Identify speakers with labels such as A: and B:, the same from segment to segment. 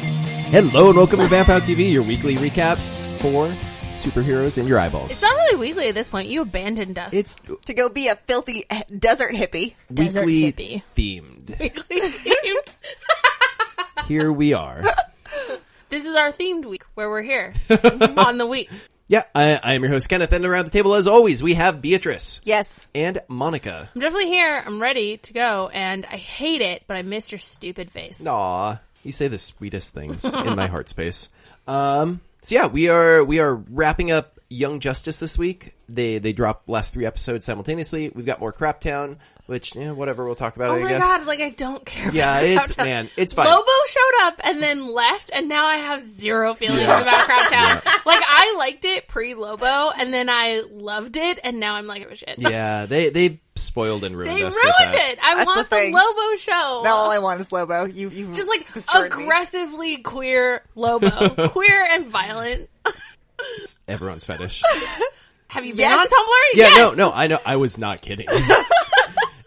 A: Hello and welcome to Vamp Out TV, your weekly recap for superheroes in your
B: It's
A: eyeballs.
B: not really weekly at this point. You abandoned us.
A: It's
C: to go be a filthy eh, desert hippie.
B: Desert
A: weekly
B: hippie.
A: themed.
B: Themed.
A: Here we are.
B: this is our themed week where we're here on the week.
A: Yeah, I, I am your host Kenneth, and around the table, as always, we have Beatrice
C: Yes.
A: and Monica.
B: I'm definitely here. I'm ready to go, and I hate it, but I missed your stupid face.
A: Aw, you say the sweetest things in my heart space. Um, so yeah, we are we are wrapping up Young Justice this week. They they dropped last three episodes simultaneously. We've got more Crap Town, which yeah, whatever we'll talk about.
B: Oh
A: it, I
B: my
A: guess.
B: god! Like I don't care.
A: Yeah,
B: about
A: it's-
B: Crabtown.
A: man, it's fine.
B: Lobo showed up and then left, and now I have zero feelings
A: Yeah.
B: about Crabtown. Like I liked it pre Lobo, and then I loved it, and now I'm like, oh shit.
A: Yeah, they they spoiled and ruined
B: They
A: us.
B: ruined
A: with that.
B: it. I
C: That's
B: want
C: the
B: the,
C: thing.
B: Lobo show.
C: Now all I want is Lobo. You, you
B: just like
C: destroyed me.
B: aggressively queer Lobo, queer and violent.
A: Everyone's fetish.
B: Have you been
C: Yes.
B: on Tumblr?
A: Yeah,
B: yes!
A: no, no, I know. I was not kidding.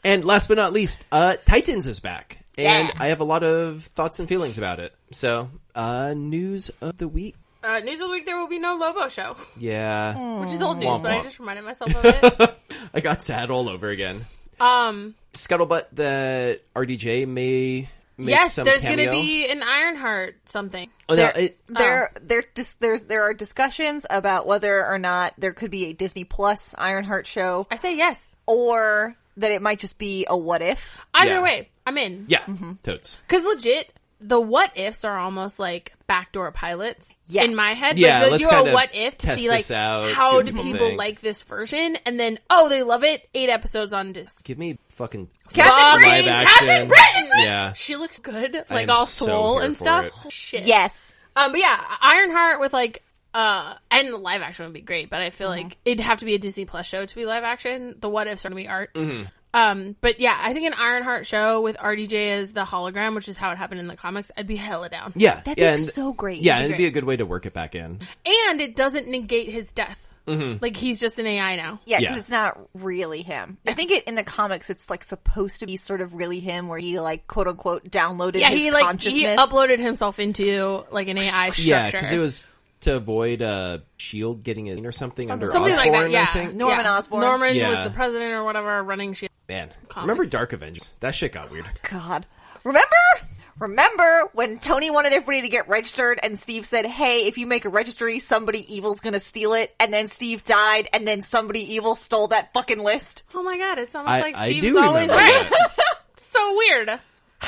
A: and last but not least, uh, Titans is back. And
B: Yeah.
A: I have a lot of thoughts and feelings about it. So, uh, news of the week.
B: Uh, news of the week: there will be no Lobo show,
A: Yeah.
B: which is old news,
A: Womp
B: but I
A: womp.
B: just reminded myself of it.
A: I got sad all over again.
B: Um,
A: Scuttlebutt that RDJ may make
B: yes,
A: some
B: there's
A: cameo.
B: gonna be an Ironheart something.
A: Oh, no,
C: There,
A: it,
C: there, there, dis- there's, there are discussions about whether or not there could be a Disney Plus Ironheart show,
B: I say yes.
C: or that it might just be a what if.
B: Either
A: Yeah.
B: way, I'm in.
A: yeah, totes.
B: Because legit, the what ifs are almost like backdoor pilots
C: Yes.
B: in my head.
A: Yeah,
B: like, they'll
A: let's
B: do
A: kinda
B: a what if to
A: test
B: see like
A: this out, see
B: how
A: what
B: do
A: people
B: people
A: think.
B: like this version, and then oh, they love it. Eight episodes on Disney.
A: Give me fucking
B: Captain
A: live
B: Britain,
A: action.
B: Captain Britain.
A: Yeah.
B: She looks good,
A: am
B: like all
A: so
B: swole
A: here
B: and
A: for
B: stuff.
A: it.
B: Holy Shit.
C: Yes.
B: Um, but yeah, Ironheart with like uh and the live action would be great, but I feel
C: Mm-hmm.
B: like it'd have to be a Disney Plus show to be live action. The what ifs are gonna be art.
A: Mm-hmm.
B: Um, but yeah, I think an Ironheart show with RDJ as the hologram, which is how it happened in the comics, I'd be hella down.
A: Yeah.
C: That'd
A: yeah, and-
C: be so great.
A: Yeah,
B: That'd
A: and
B: be
A: it'd be a good way to work it back in.
B: And it doesn't negate his death.
A: Mm-hmm.
B: Like he's just an AI now.
C: Yeah, because
A: Yeah.
C: it's not really him. I think it in the comics, it's like supposed to be sort of really him, where he like quote unquote downloaded
B: Yeah,
C: his
B: he like he
C: consciousness.
B: uploaded himself into like an AI structure.
A: Yeah, because it was to avoid uh, Shield getting in or something, under
B: Something
A: Osborn.
B: like that, yeah.
A: I think.
C: Norman Osborn.
B: Norman
A: Yeah.
B: was the president or whatever running shit.
A: Man, remember Dark Avengers? That shit got weird.
C: God. Remember? Remember when Tony wanted everybody to get registered and Steve said, hey, if you make a registry, somebody evil's gonna steal it. And then Steve died and then somebody evil stole that fucking list.
B: Oh my god, it's almost
A: I,
B: like
A: I
B: Steve's
A: do
B: always
A: remember
B: right.
A: that.
B: so weird.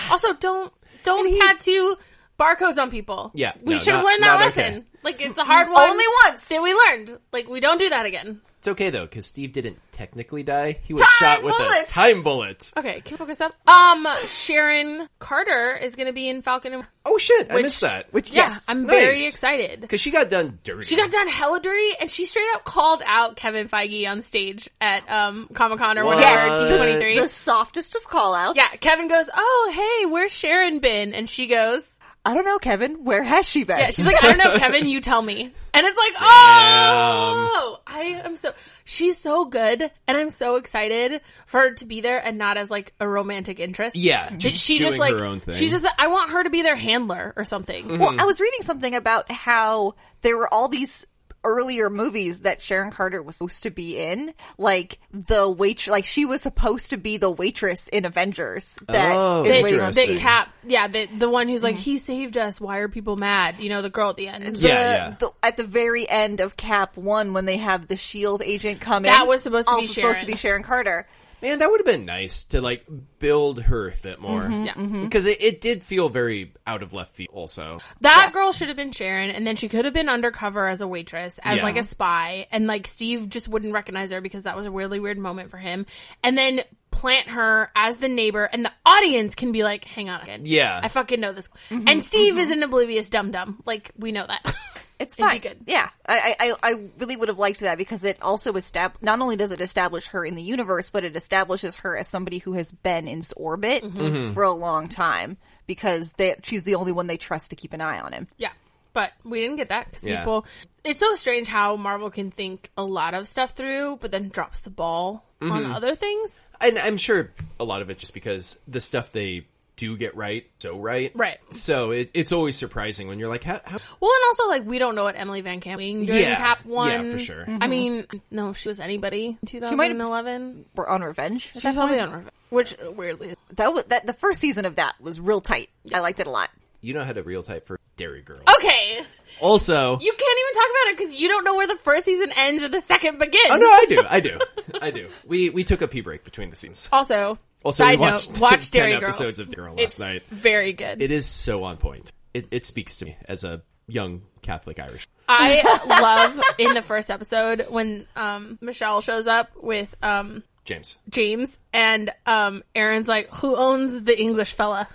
B: Also, don't don't tattoo barcodes on people.
A: Yeah,
B: we
A: no,
B: should have
A: not-
B: learned that
A: not
B: lesson.
A: okay.
B: Like it's a hard one.
C: Only once.
B: that we learned. Like we don't do that again.
A: It's okay though, because Steve didn't technically die. He was
C: Time
A: shot with
C: bullets!
A: a time bullet.
B: Okay, can we focus up? Um, Sharon Carter is going to be in Falcon. and
A: Oh shit, I missed that. Which
B: Yeah, I'm very
A: Nice.
B: excited.
A: because she got done dirty.
B: She got done hella dirty, and she straight up called out Kevin Feige on stage at um, Comic Con or
A: What?
B: whatever
A: Uh,
B: D twenty three.
C: the, the softest of call outs.
B: Yeah, Kevin goes, "Oh, hey, where's Sharon been?" And she goes,
C: I don't know, Kevin. Where has she been?
B: Yeah, she's like, I don't know, Kevin, you tell me. And it's like, oh, I am so, she's so good. And I'm so excited for her to be there and not as like a romantic interest.
A: Yeah,
B: That
A: just
B: she just
A: doing
B: like,
A: her own thing. Mm-hmm.
B: she's just, I want her to be their handler or something.
C: Well, I was reading something about how there were all these earlier movies that Sharon Carter was supposed to be in, like the wait, like she was supposed to be the waitress in Avengers that
A: Oh,
C: is
B: That-
C: waiting on
B: that
A: interesting.
C: Steve.
B: cap, yeah, the, the one who's like, he saved us. Why are people mad? You know, the girl at the end.
A: Yeah,
C: the-
A: yeah.
C: the- at the very end of Cap One, when they have the Shield E agent come in,
B: That was supposed to
C: also
B: be
C: supposed to
B: Sharon.
C: be Sharon Carter.
A: Man, that would have been nice to like build her a bit more.
B: Yeah.
A: Because it, it did feel very out of left field. Also,
B: That girl should have been Sharon, and then she could have been undercover as a waitress, as
A: Yeah.
B: like a spy, and like Steve just wouldn't recognize her because that was a really weird moment for him. And then plant her as the neighbor, and the audience can be like, "Hang on, again.
A: Yeah.
B: I fucking know this." and Steve is an oblivious dum dum, like we know that.
C: It's
B: It'd
C: fine.
B: be good.
C: Yeah, I, I I I really would have liked that because it also estab- not only does it establish her in the universe, but it establishes her as somebody who has been in his orbit
B: Mm-hmm.
A: Mm-hmm.
C: for a long time because they, she's the only one they trust to keep an eye on him.
B: Yeah. But we didn't get that because
A: Yeah.
B: people. It's so strange how Marvel can think a lot of stuff through, but then drops
A: Mm-hmm.
B: the ball on other things.
A: and I'm sure a lot of it just because the stuff they do get right so right.
B: Right.
A: So it, it's always surprising when you're like, how, how
B: Well, and also like we don't know what Emily Van Camp being during
A: Yeah.
B: Cap
A: Yeah,
B: One.
A: for sure.
B: I mean, no, if Mm-hmm. she was anybody. in
C: might have-
B: 2011.
C: We're on Revenge.
B: She's probably on Revenge, which uh, weirdly,
C: That, wa that the first season of that was real tight. I liked it a lot.
A: you know how to real type for Dairy Girls.
B: okay,
A: Also,
B: you can't even talk about it because you don't know where the first season ends and the second begins.
A: oh no, I do, I do, I do. We we took a pee break between the scenes.
B: Also,
A: Also,
B: side
A: we watched
B: note,
A: 10
B: watch Dairy Girls.
A: episodes of Dairy Girl last
B: it's
A: night.
B: very good.
A: It is so on point. It it speaks to me as a young Catholic Irish.
B: I love in the first episode when um, Michelle shows up with um,
A: James,
B: James and um, Aaron's like, "Who owns the English fella?"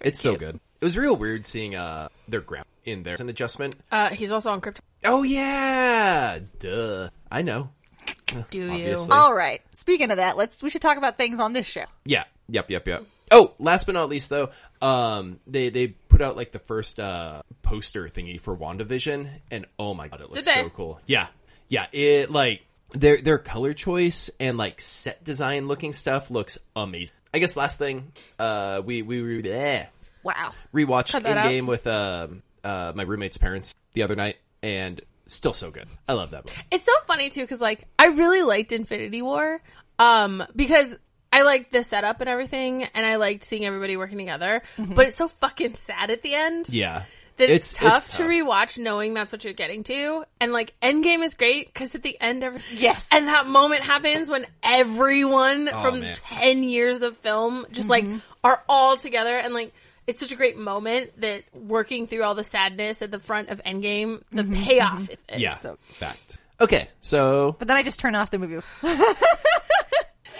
A: it's so good. It was real weird seeing uh their grandma in there. It's an adjustment.
B: Uh, he's also on Krypton.
A: Oh yeah, duh. I know.
B: Do
A: Obviously.
B: you?
C: All right. Speaking of that, let's we should talk about things on this show.
A: Yeah. Yep. Yep. Yep. Oh, last but not least, though, um, they they put out like the first uh poster thingy for Wandavision, and oh my god, it looks
B: Did they?
A: so cool. Yeah. Yeah. It like their their color choice and like set design looking stuff looks amazing. I guess last thing, uh, we we, we bleh,
C: Wow.
A: rewatched
B: that
A: in
B: out.
A: game with um uh my roommate's parents the other night, and still so good. I love that movie.
B: It's so funny too because like I really liked Infinity War, um, because I liked the setup and everything, and I liked seeing everybody working together. But it's so fucking sad at the end.
A: Yeah.
B: That it's, tough to rewatch knowing that's what you're getting to, and like Endgame is great because at the end, every-
C: Yes.
B: and that moment happens when everyone from
A: man.
B: ten years of film just like are all together, and like it's such a great moment that working through all the sadness at the front of Endgame, the payoff. Is,
A: Yeah.
C: so-
A: Fact. Okay. So
C: But then I just turn off the movie.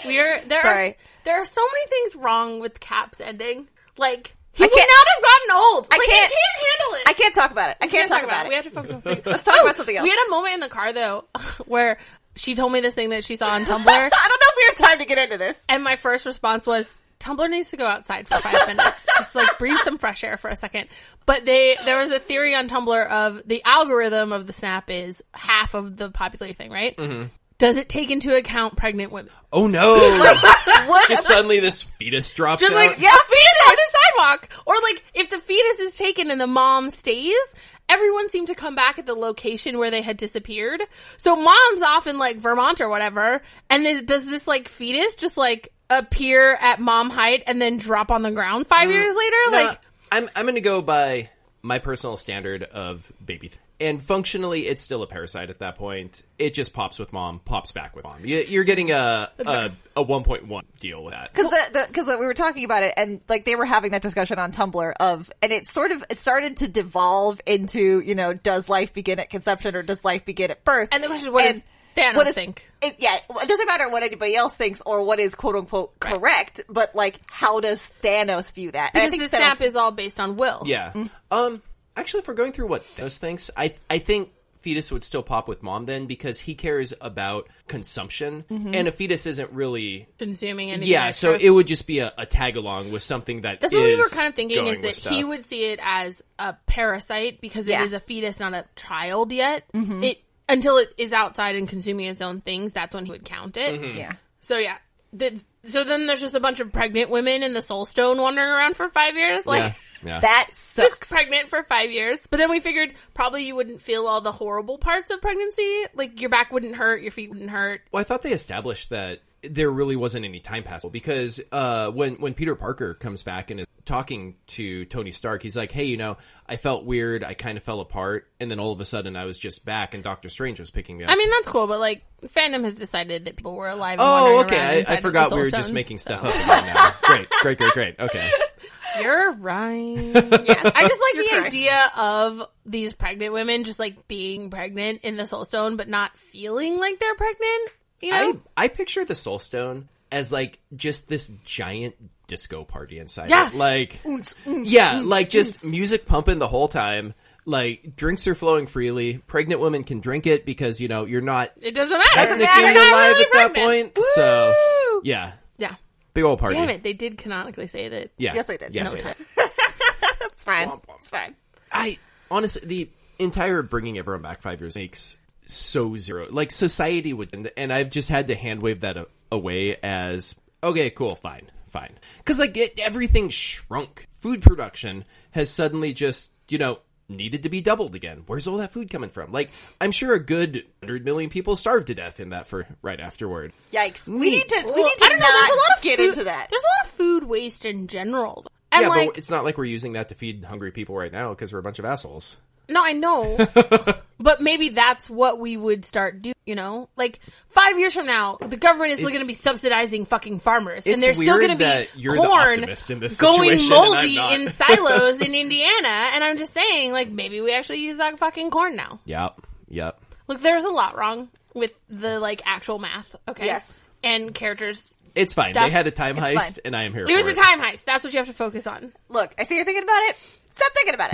B: We are there are
C: Sorry.
B: there are so many things wrong with Cap's ending. Like he
C: I
B: would
C: can't-
B: not have gotten old. Like, I
C: can't-
B: can't, handle it.
C: I can't talk about it. I can't, talk, about,
B: We
C: it.
B: have to focus on something.
C: Let's talk about something else.
B: we had a moment in the car though where she told me this thing that she saw on Tumblr,
C: I don't know if we have time to get into this.
B: and my first response was. Tumblr needs to go outside for five minutes. Just like breathe some fresh air for a second. But they, there was a theory on Tumblr of the algorithm of the snap is half of the popular thing, right? Does it take into account pregnant women?
A: oh no.
C: What?
A: just suddenly this fetus drops
B: Just
A: out.
B: like the fetus on the sidewalk, or like if the fetus is taken and the mom stays, everyone seemed to come back at the location where they had disappeared. So mom's off in like Vermont or whatever, and this, does this like fetus just like appear at mom height and then drop on the ground five years later?
A: Nah,
B: Like
A: Uh, I'm I'm gonna go by my personal standard of baby, th- and functionally, it's still a parasite at that point. It just pops with mom, pops back with mom. You, you're getting a a, a 1.1 deal with that.
C: Because Uh, the because we were talking about it, and like they were having that discussion on Tumblr of, and it sort of started to devolve into you know, does life begin at conception or does life begin at birth?
B: And the question is, what does Thanos
C: what is-
B: think?
C: It, yeah, it doesn't matter what anybody else thinks or what is quote unquote correct, but like how does Thanos view that? And
B: because the snap is all based on will.
A: Yeah. Um. Actually, if we're going through what those things, I I think fetus would still pop with mom then because he cares about consumption,
B: Mm-hmm.
A: and a fetus isn't really.
B: consuming anything.
A: Yeah, so
B: extra.
A: it would just be a, a tag along with something that
B: That's what we were
A: is
B: kind of thinking
A: going
B: is
A: with
B: that he
A: stuff.
B: would see it as a parasite because
C: Yeah.
B: it is a fetus, not a child yet. It until it is outside and consuming its own things. That's when he would count it.
A: Mm-hmm.
C: yeah.
B: So yeah, The- so then there's just a bunch of pregnant women in the Soul Stone wandering around for five years, like.
A: Yeah. Yeah.
C: That
B: Just
C: sucks.
B: pregnant for five years, but then we figured probably you wouldn't feel all the horrible parts of pregnancy. Like your back wouldn't hurt, your feet wouldn't hurt.
A: Well, I thought they established that there really wasn't any time passing because uh, when when Peter Parker comes back and is talking to Tony Stark, he's like, "Hey, you know, I felt weird. I kind of fell apart, and then all of a sudden, I was just back, and Doctor Strange was picking me up."
B: I mean, that's cool, but like, fandom has decided that people were alive. And
A: oh,
B: wandering around
A: okay.
B: inside
A: I,
B: of
A: I
B: the
A: forgot we
B: Soul
A: were just
B: Stone,
A: making stuff
B: so.
A: up again now. great, great, great, great. Okay,
B: You're right.
C: Yes.
B: I just like the
C: correct.
B: idea of these pregnant women just like being pregnant in the soul stone but not feeling like they're pregnant. You know?
A: I I picture the Soul Stone as like just this giant disco party inside.
B: Yeah.
A: it. like yeah, like just music pumping the whole time. Like drinks are flowing freely. Pregnant women can drink it because you know you're not
B: it doesn't matter.
A: technically
B: They're
A: alive
B: not really
A: at that
B: pregnant.
A: point. So yeah,
B: Yeah.
A: big old party.
B: Damn it. They did canonically say that.
A: Yeah,
C: Yes, they did.
A: Yes,
C: No
A: they did.
C: It's fine.
A: Womp womp.
C: It's fine.
A: I honestly, the entire bringing everyone back five years makes so zero. Like society would, and, and I've just had to hand wave that a- away as okay, cool, fine, fine. Because like it, everything shrunk. Food production has suddenly just you know needed to be doubled again. Where's all that food coming from? Like I'm sure a good hundred million people starved to death in that for right afterward.
C: Yikes! We need to. we
B: Well,
C: need to
B: I don't know. There's a lot
C: not
B: of
C: get
B: food-
C: into that.
B: There's a lot of food waste in general, though. and
A: yeah,
B: like
A: but it's not like we're using that to feed hungry people right now because we're a bunch of assholes.
B: No, I know. but maybe that's what we would start do, you know? Like 5 years from now, the government is still
A: It's-
B: going to be subsidizing fucking farmers and
A: It's
B: there's still
A: weird
B: going to
A: that
B: be
A: you're the
B: corn
A: optimist in this
B: going
A: situation and I'm
B: moldy
A: not.
B: in silos in Indiana and I'm just saying like maybe we actually use that fucking corn now.
A: Yep. Yep.
B: Look, there's a lot wrong with the like actual math, okay?
C: Yes.
B: And characters.
A: It's fine.
B: Stuff.
A: They had a time
C: It's
A: heist,
C: fine.
A: and I am here.
B: It
A: for
B: was a time heist. That's what you have to focus on.
C: Look, I see you're thinking about it. Stop thinking about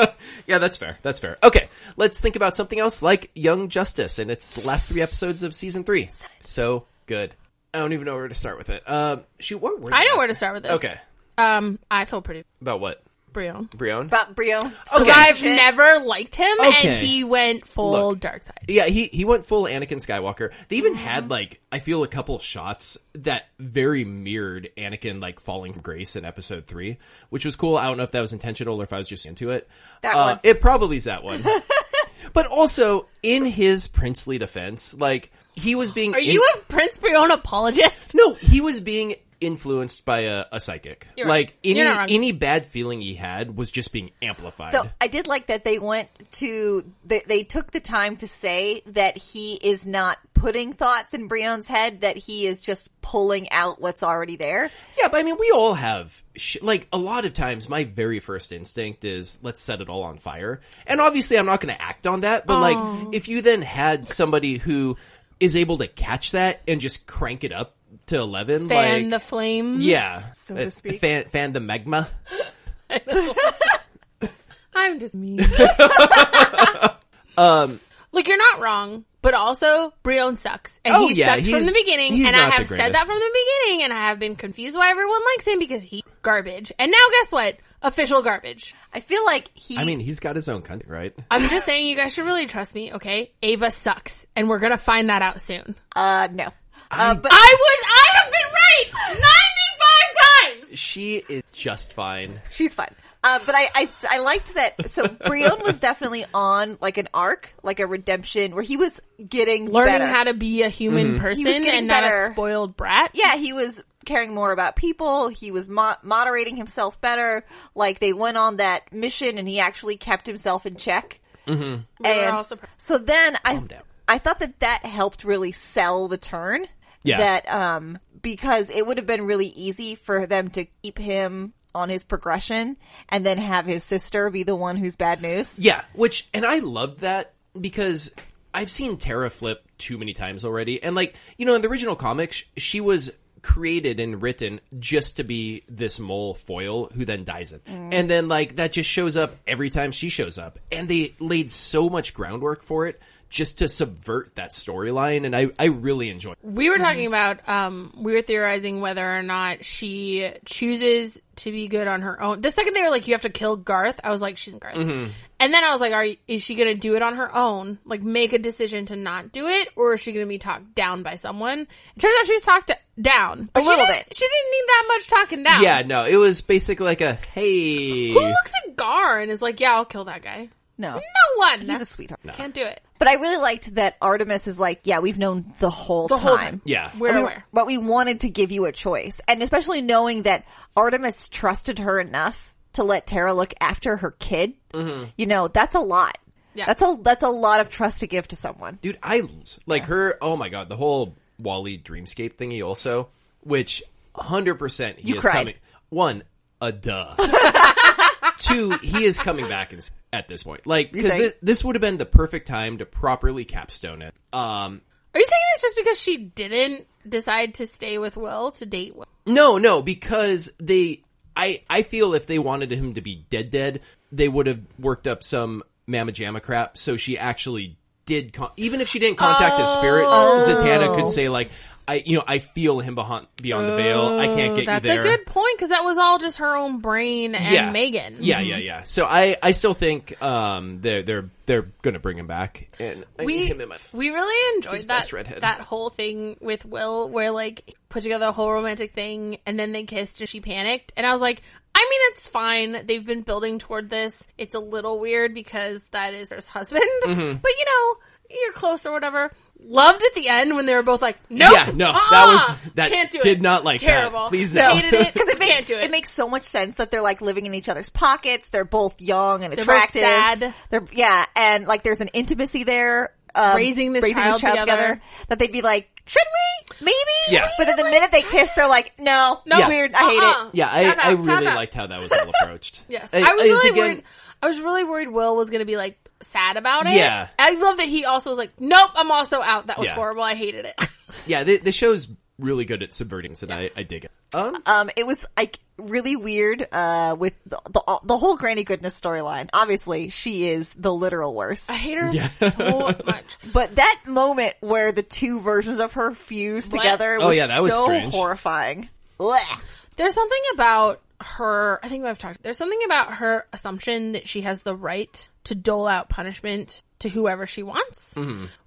C: it.
A: Yeah, that's fair. That's fair. Okay, let's think about something else like Young Justice and its the last three episodes of season three. So good. I don't even know where to start with it. Um, shoot, what were
B: I know
A: the
B: where to
A: last-
B: start with this.
A: Okay,
B: Um I feel pretty
A: about what
B: Brion.
A: Brion?
C: About Brio.
B: Because
A: Okay.
B: I've never liked him,
A: Okay.
B: and he went full
A: Look.
B: dark side.
A: yeah, he he went full Anakin Skywalker. They even had
B: Mm-hmm.
A: like I feel a couple shots that very mirrored Anakin like falling from grace in episode three, which was cool. I don't know if that was intentional or if I was just into it.
C: That
A: Uh,
C: one.
A: It probably is that one. but also in his princely defense, like he was being
B: Are you a Prince Brion apologist?
A: No, he was being influenced by a, a psychic.
B: You're
A: like
B: right.
A: any
B: You're not wrong.
A: any bad feeling he had was just being amplified.
C: So I did like that they went to they, they took the time to say that he is not putting thoughts in Brion's head; that he is just pulling out what's already there.
A: yeah, but I mean, we all have sh- like a lot of times. My very first instinct is let's set it all on fire, and obviously, I'm not going to act on that. But
C: Oh.
A: like, if you then had somebody who is able to catch that and just crank it up to eleven, like
B: Fan the flame.
A: yeah,
C: so to
A: Uh,
C: speak.
A: fan, fan the magma.
B: I'm just mean.
A: Um,
B: Look, you're not wrong, but also Brion sucks, and
A: Oh,
B: he
A: yeah,
B: sucked from
A: he's-
B: the beginning.
A: he's
B: And I
A: not the
B: have said
A: greatest.
B: that from the beginning, and I have been confused why everyone likes him because he garbage. And now, guess what? Official garbage.
C: I feel like he.
A: I mean, he's got his own country, right?
B: I'm just saying, you guys should really trust me, okay? Ava sucks, and we're gonna find that out soon.
C: uh, no. Uh, but
B: I was, I have been right ninety five times.
A: She is just fine.
C: She's fine. Uh, but I, I, I liked that. So Brion was definitely on like an arc, like a redemption where he was getting
B: learning
C: better.
B: how to be a human person
C: was getting
B: and not
C: better.
B: a spoiled brat.
C: yeah, he was caring more about people. He was mo- moderating himself better. Like they went on that mission and he actually kept himself in check. Mm-hmm.
B: were
C: And
B: all surprised.
C: so then I,
A: down.
C: I thought that that helped really sell the turn.
A: Yeah.
C: That, um, because it would have been really easy for them to keep him on his progression and then have his sister be the one who's bad news.
A: Yeah, which and I loved that because I've seen Terra flip too many times already, and like you know, in the original comics, she was created and written just to be this mole foil who then dies it, and then like that just shows up every time she shows up, and they laid so much groundwork for it just to subvert that storyline, and I I really enjoy. It.
B: We were talking about um we were theorizing whether or not she chooses to be good on her own. The second they were like you have to kill Garth, I was like she's Garth. And then I was like are is she going to do it on her own? Like make a decision to not do it or is she going to be talked down by someone? It turns out she was talked down
C: A
B: But she
C: little
B: didn't-
C: bit.
B: She didn't need that much talking down.
A: Yeah, no, it was basically like a hey.
B: Who looks at Gar and is like, "Yeah, I'll kill that guy."
C: No.
B: No one.
C: He's a sweetheart.
B: Can't do it.
C: But I really liked that Artemis is like, yeah, we've known the whole
B: The
C: time.
B: whole time.
A: Yeah.
B: We're
C: We-
B: aware.
C: But we wanted to give you a choice. And especially knowing that Artemis trusted her enough to let Tara look after her kid. You know, that's a lot.
B: Mm-hmm. Yeah.
C: That's a that's a lot of trust to give to someone.
A: dude i like her oh my god the whole wally dreamscape thingy also which 100% he
C: You
A: is
C: cried.
A: coming one a duh two he is coming back and, at this point like because
C: think?
A: this, would have been the perfect time to properly capstone it um
B: Are you saying this just because she didn't decide to stay with Will to date Will?
A: no no because they i i feel if they wanted him to be dead dead they would have worked up some mamma jamma crap
B: Oh.
A: so she actually did con- even if she didn't contact his spirit zatanna could say like I you know I feel him behind beyond the veil. I can't get
B: Oh, That's
A: you there.
B: a good point because that was all just her own brain and
A: yeah,
B: Megan.
A: Yeah, yeah, yeah. So I, I still think um they're they're they're gonna bring him back. And I need
B: we
A: him in my
B: we really enjoyed
A: He's
B: that
A: best redhead.
B: that whole thing with Will, where like he put together a whole romantic thing, and then they kissed, and she panicked, and I was like, I mean, it's fine. They've been building toward this. It's a little weird because that is her husband,
A: Mm-hmm.
B: but you know, you're close or whatever. Loved at the end when they were both like, "Nope,
A: Yeah, no, that was-
B: uh-uh,
A: that
B: can't do
A: did
B: it.
A: not like that.
B: terrible.
A: Please
C: no.
B: hated it
C: because it
B: Can't
C: makes
B: do
C: it. makes so much sense that they're like living in each other's pockets. They're both young and
B: both
C: attractive.
B: sad.
C: They're- yeah, and like there's an intimacy there. Um,
B: Raising this child together.
C: that they'd be like, should we? Maybe.
A: Yeah.
C: But then the minute they kiss, they're like, no,
B: No.
C: weird. I hate
B: Uh-uh.
C: it.
A: Yeah, I,
B: Time out,
A: I
B: time
A: really
B: out.
A: liked how that was all approached.
B: Yes, I,
A: I,
B: was
A: I-
B: really
A: again-
B: worried. I was really worried Will was going to be like sad about it.
A: Yeah.
B: I love that he also was like, "Nope, I'm also out. That was
A: Yeah.
B: horrible. I hated it."
A: Yeah, the, the show's really good at subverting, so I, I dig it. Um,
C: Um, it was like really weird. Uh, with the the, the whole Granny Goodness storyline. Obviously, she is the literal worst.
B: I hate her so much.
C: But that moment where the two versions of her fuse
B: What?
C: together
A: Oh,
C: was,
A: yeah, that was
C: so
A: strange.
C: horrifying. Blech.
B: There's something about her. I think I've talked. There's something about her assumption that she has the right to dole out punishment to whoever she wants.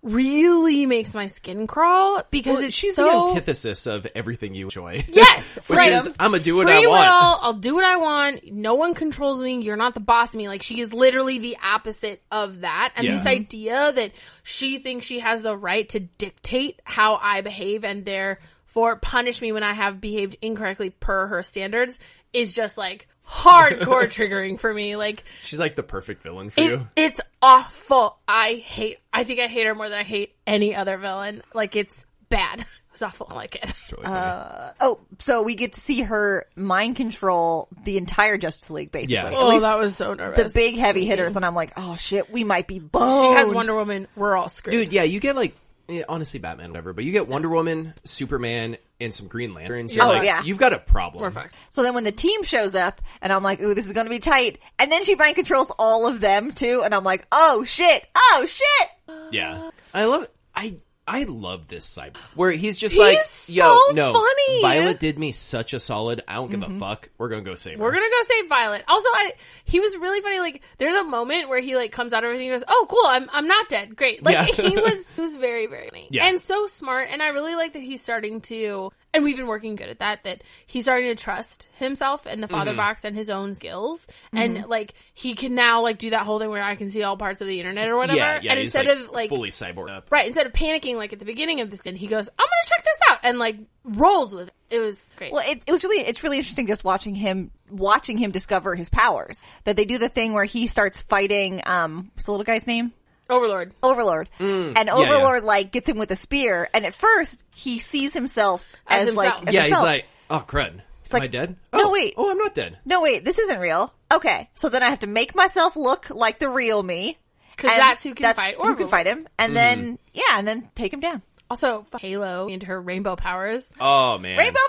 B: Really makes my skin crawl because
A: Mm-hmm. well,
B: it's
A: she's
B: so
A: the antithesis of everything you enjoy.
B: Yes,
A: Which
B: right.
A: is, I'ma do what
B: Free
A: I
B: will,
A: want.
B: I'll do what I want. No one controls me. You're not the boss of me. Like she is literally the opposite of that. And
A: Yeah.
B: this idea that she thinks she has the right to dictate how I behave and therefore punish me when I have behaved incorrectly per her standards is just like hardcore triggering for me. Like
A: She's like the perfect villain for
B: it,
A: you.
B: it's awful. I hate. I think I hate her more than I hate any other villain. Like it's bad. It's awful. I like it.
A: It's really funny.
B: Uh,
C: Oh, so we get to see her mind control the entire Justice League, basically.
A: Yeah.
C: At
B: Oh,
C: least
B: that was so nervous.
C: the big heavy hitters, and I'm like, oh shit, we might be boned.
B: She has Wonder Woman. We're all screwed.
A: Dude, yeah, you get like yeah, honestly Batman, whatever, but you get Wonder Woman, Superman, and some Green Lanterns. You're
C: Oh,
A: like,
C: yeah.
A: you've got a problem.
B: We're fucked.
C: So then when the team shows up, and I'm like, ooh, this is gonna be tight. And then she mind controls all of them too, and I'm like, oh shit, oh shit.
A: Yeah, I love. I I love this cyber where he's just
B: He's
A: like, yo,
B: so
A: no,
B: funny. Mm-hmm.
A: Violet did me such a solid. I don't give a fuck. We're gonna go save her.
B: We're gonna go save Violet. Also, I he was really funny. Like, there's a moment where he like comes out of everything and goes, "Oh, cool, I'm I'm not dead. Great." Like,
A: Yeah.
B: he was he was very very funny
A: Yeah.
B: and so smart. And I really like that he's starting to. And we've been working good at that. That he's starting to trust himself and the father
A: Mm-hmm.
B: box and his own skills. And like he can now like do that whole thing where I can see all parts of the internet or whatever.
A: yeah, yeah.
B: and
A: he's,
B: instead
A: like,
B: of like
A: fully cyborg up.
B: right instead of panicking like at the beginning of this, and he goes, "I'm gonna check this out," and like rolls with it. It was great.
C: Well, it, it was really it's really interesting just watching him watching him discover his powers. That they do the thing where he starts fighting um what's the little guy's name?
B: Overlord.
C: Overlord. and
A: Mm. yeah.
C: Overlord like gets him with a spear and at first he sees himself as,
B: As
C: like
B: himself.
C: as
A: Yeah,
C: himself.
A: he's like, oh crud, am
C: like,
A: I dead?
C: no,
A: Oh,
C: wait.
A: oh, I'm not dead.
C: No wait, this isn't real. Okay. So then I have to make myself look like the real me.
B: 'Cause
C: And
B: that's who can fight
C: who can
B: Overlord.
C: fight him. And
A: Mm-hmm.
C: then yeah, and then take him down.
B: Also, f- Halo and her rainbow powers.
A: Oh man,
C: Rainbow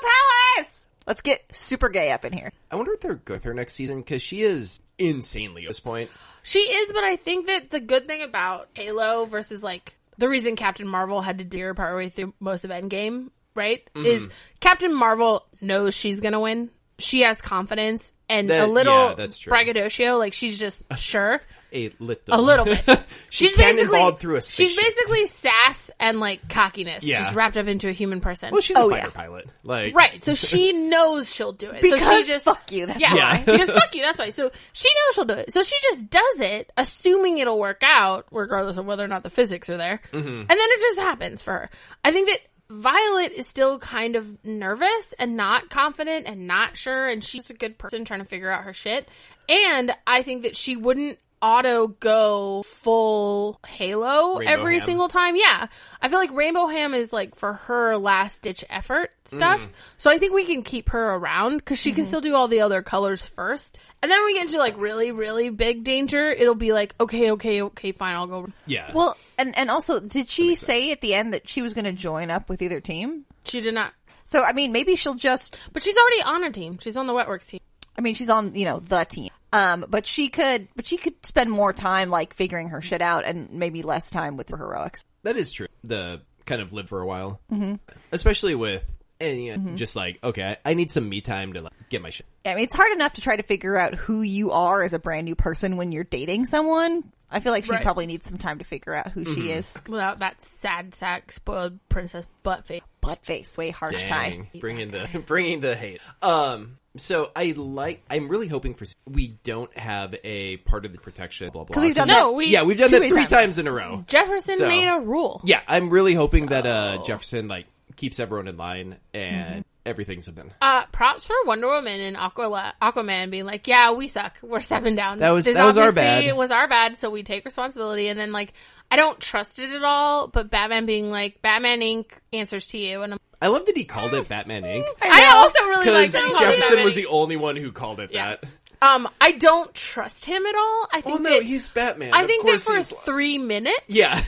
C: Palace! Let's get super gay up in here.
A: I wonder what they're going with her next season because she is insanely at this point.
B: She is, but I think that the good thing about Halo versus like the reason Captain Marvel had to deer partway through most of Endgame, right?
A: Mm-hmm.
B: Is Captain Marvel knows she's gonna win. She has confidence and
A: That-
B: a little
A: yeah, that's true.
B: braggadocio. Like she's just sure.
A: A little,
B: A little bit.
A: She
B: she's
A: cannonballed
B: basically
A: through a
B: she's
A: spaceship.
B: basically sass and like cockiness,
A: Yeah.
B: just wrapped up into a human person.
A: Well, she's a
C: Oh,
A: fighter
C: yeah.
A: pilot. Like,
B: Right, so she knows she'll do it.
C: Because
B: so she just
C: fuck you, that's
B: yeah,
A: why.
B: because fuck you. That's why. So she knows she'll do it. So she just does it, assuming it'll work out, regardless of whether or not the physics are there. And then it just happens for her. I think that Violet is still kind of nervous and not confident and not sure, and she's a good person trying to figure out her shit. And I think that she wouldn't auto go full halo
A: Rainbow
B: every
A: ham.
B: single single time. Yeah. I feel like Rainbow Ham is like for her last ditch effort stuff. So I think we can keep her around because she can still do all the other colors first. And then when we get into like really, really big danger, it'll be like, okay, okay, okay, fine, I'll go.
A: Yeah.
C: Well, and and also, did she say at the end that she was going to join up with either team?
B: She did not.
C: So I mean, maybe she'll just.
B: But she's already on her team. She's on the Wetworks team.
C: I mean, she's on you know the team. Um, but she could, but she could spend more time like figuring her shit out, and maybe less time with the heroics.
A: That is true. The kind of live for a while, mm-hmm. especially with and yeah, just like okay, I, I need some me time to like, get my shit.
C: Yeah, I mean, it's hard enough to try to figure out who you are as a brand new person when you're dating someone. I feel like she
B: Right.
C: probably needs some time to figure out who she is.
B: without that sad sack spoiled princess butt face.
C: Butt face, way harsh
A: Dang,
C: tie.
A: bringing the bringing the hate. Um, so I like. I'm really hoping for. We don't have a part of the protection. Blah blah.
C: Because we've done
B: No,
C: that.
B: we
A: yeah, we've done
C: too
A: that
C: many
A: three
C: times.
A: times. in a row.
B: Jefferson
A: So-
B: made a rule.
A: Yeah, I'm really hoping that uh, Jefferson like keeps everyone in line and everything's done.
B: Uh, props for Wonder Woman and Aquala- Aquaman being like, "Yeah, we suck. We're stepping down.
A: That was- that was our
B: obviously
A: bad.
B: Was our bad. So we take responsibility." And then like, I don't trust it at all. But Batman being like, "Batman Inc. answers to you," and I'm,
A: I love that he called it Batman Inc.
B: I, also really like
A: Because
B: that. he called it
A: Jefferson
B: Batman
A: was
B: Inc.
A: the only one who called it
B: Yeah.
A: that.
B: Um, I don't trust him at all. I think
A: Well, Oh, no,
B: that,
A: he's Batman.
B: I
A: Of
B: think
A: course
B: that for
A: he's-
B: three minutes,
A: yeah.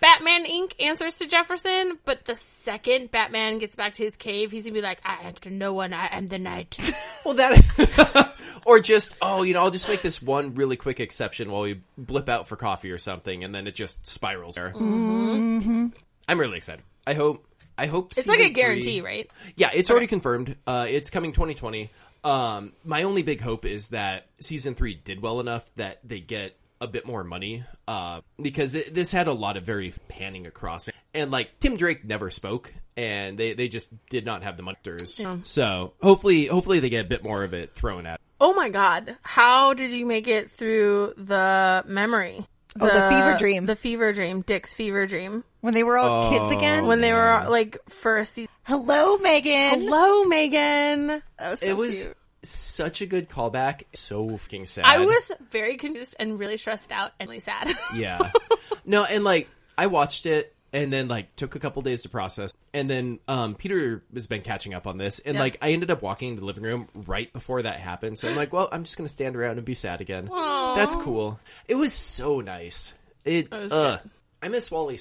B: Batman Inc. answers to Jefferson, but the second Batman gets back to his cave, he's gonna be like, "I answer to no one. I am the knight."
A: Well, that or just oh, you know, I'll just make this one really quick exception while we blip out for coffee or something, and then it just spirals. There. I'm really excited. I hope. I hope
B: Mm-hmm. It's like a guarantee, right?
A: Yeah, it's already confirmed. Uh, it's coming 2020. Um, my only big hope is that season three did well enough that they get a bit more money uh, because it, this had a lot of very panning across. And like Tim Drake never spoke, and they, they just did not have the monsters. So hopefully, hopefully they get a bit more of it thrown at.
B: Oh my god! How did you make it through the memory?
C: Oh, the fever dream.
B: The fever dream. Dick's fever dream.
C: When they were all kids again.
B: Oh. When they were like first. se-
C: Hello, Megan.
B: Hello, Megan.
C: That was so
A: It was
C: cute.
A: such a good callback. So fucking sad.
B: I was very confused and really stressed out and really sad.
A: Yeah. no, and like I watched it and then like took a couple days to process. And then um Peter has been catching up on this and
B: Yeah.
A: like I ended up walking into the living room right before that happened. So I'm like, well, I'm just going to stand around and be sad again. That's cool. It was so nice. It
B: was
A: uh
B: good.
A: I miss Wally.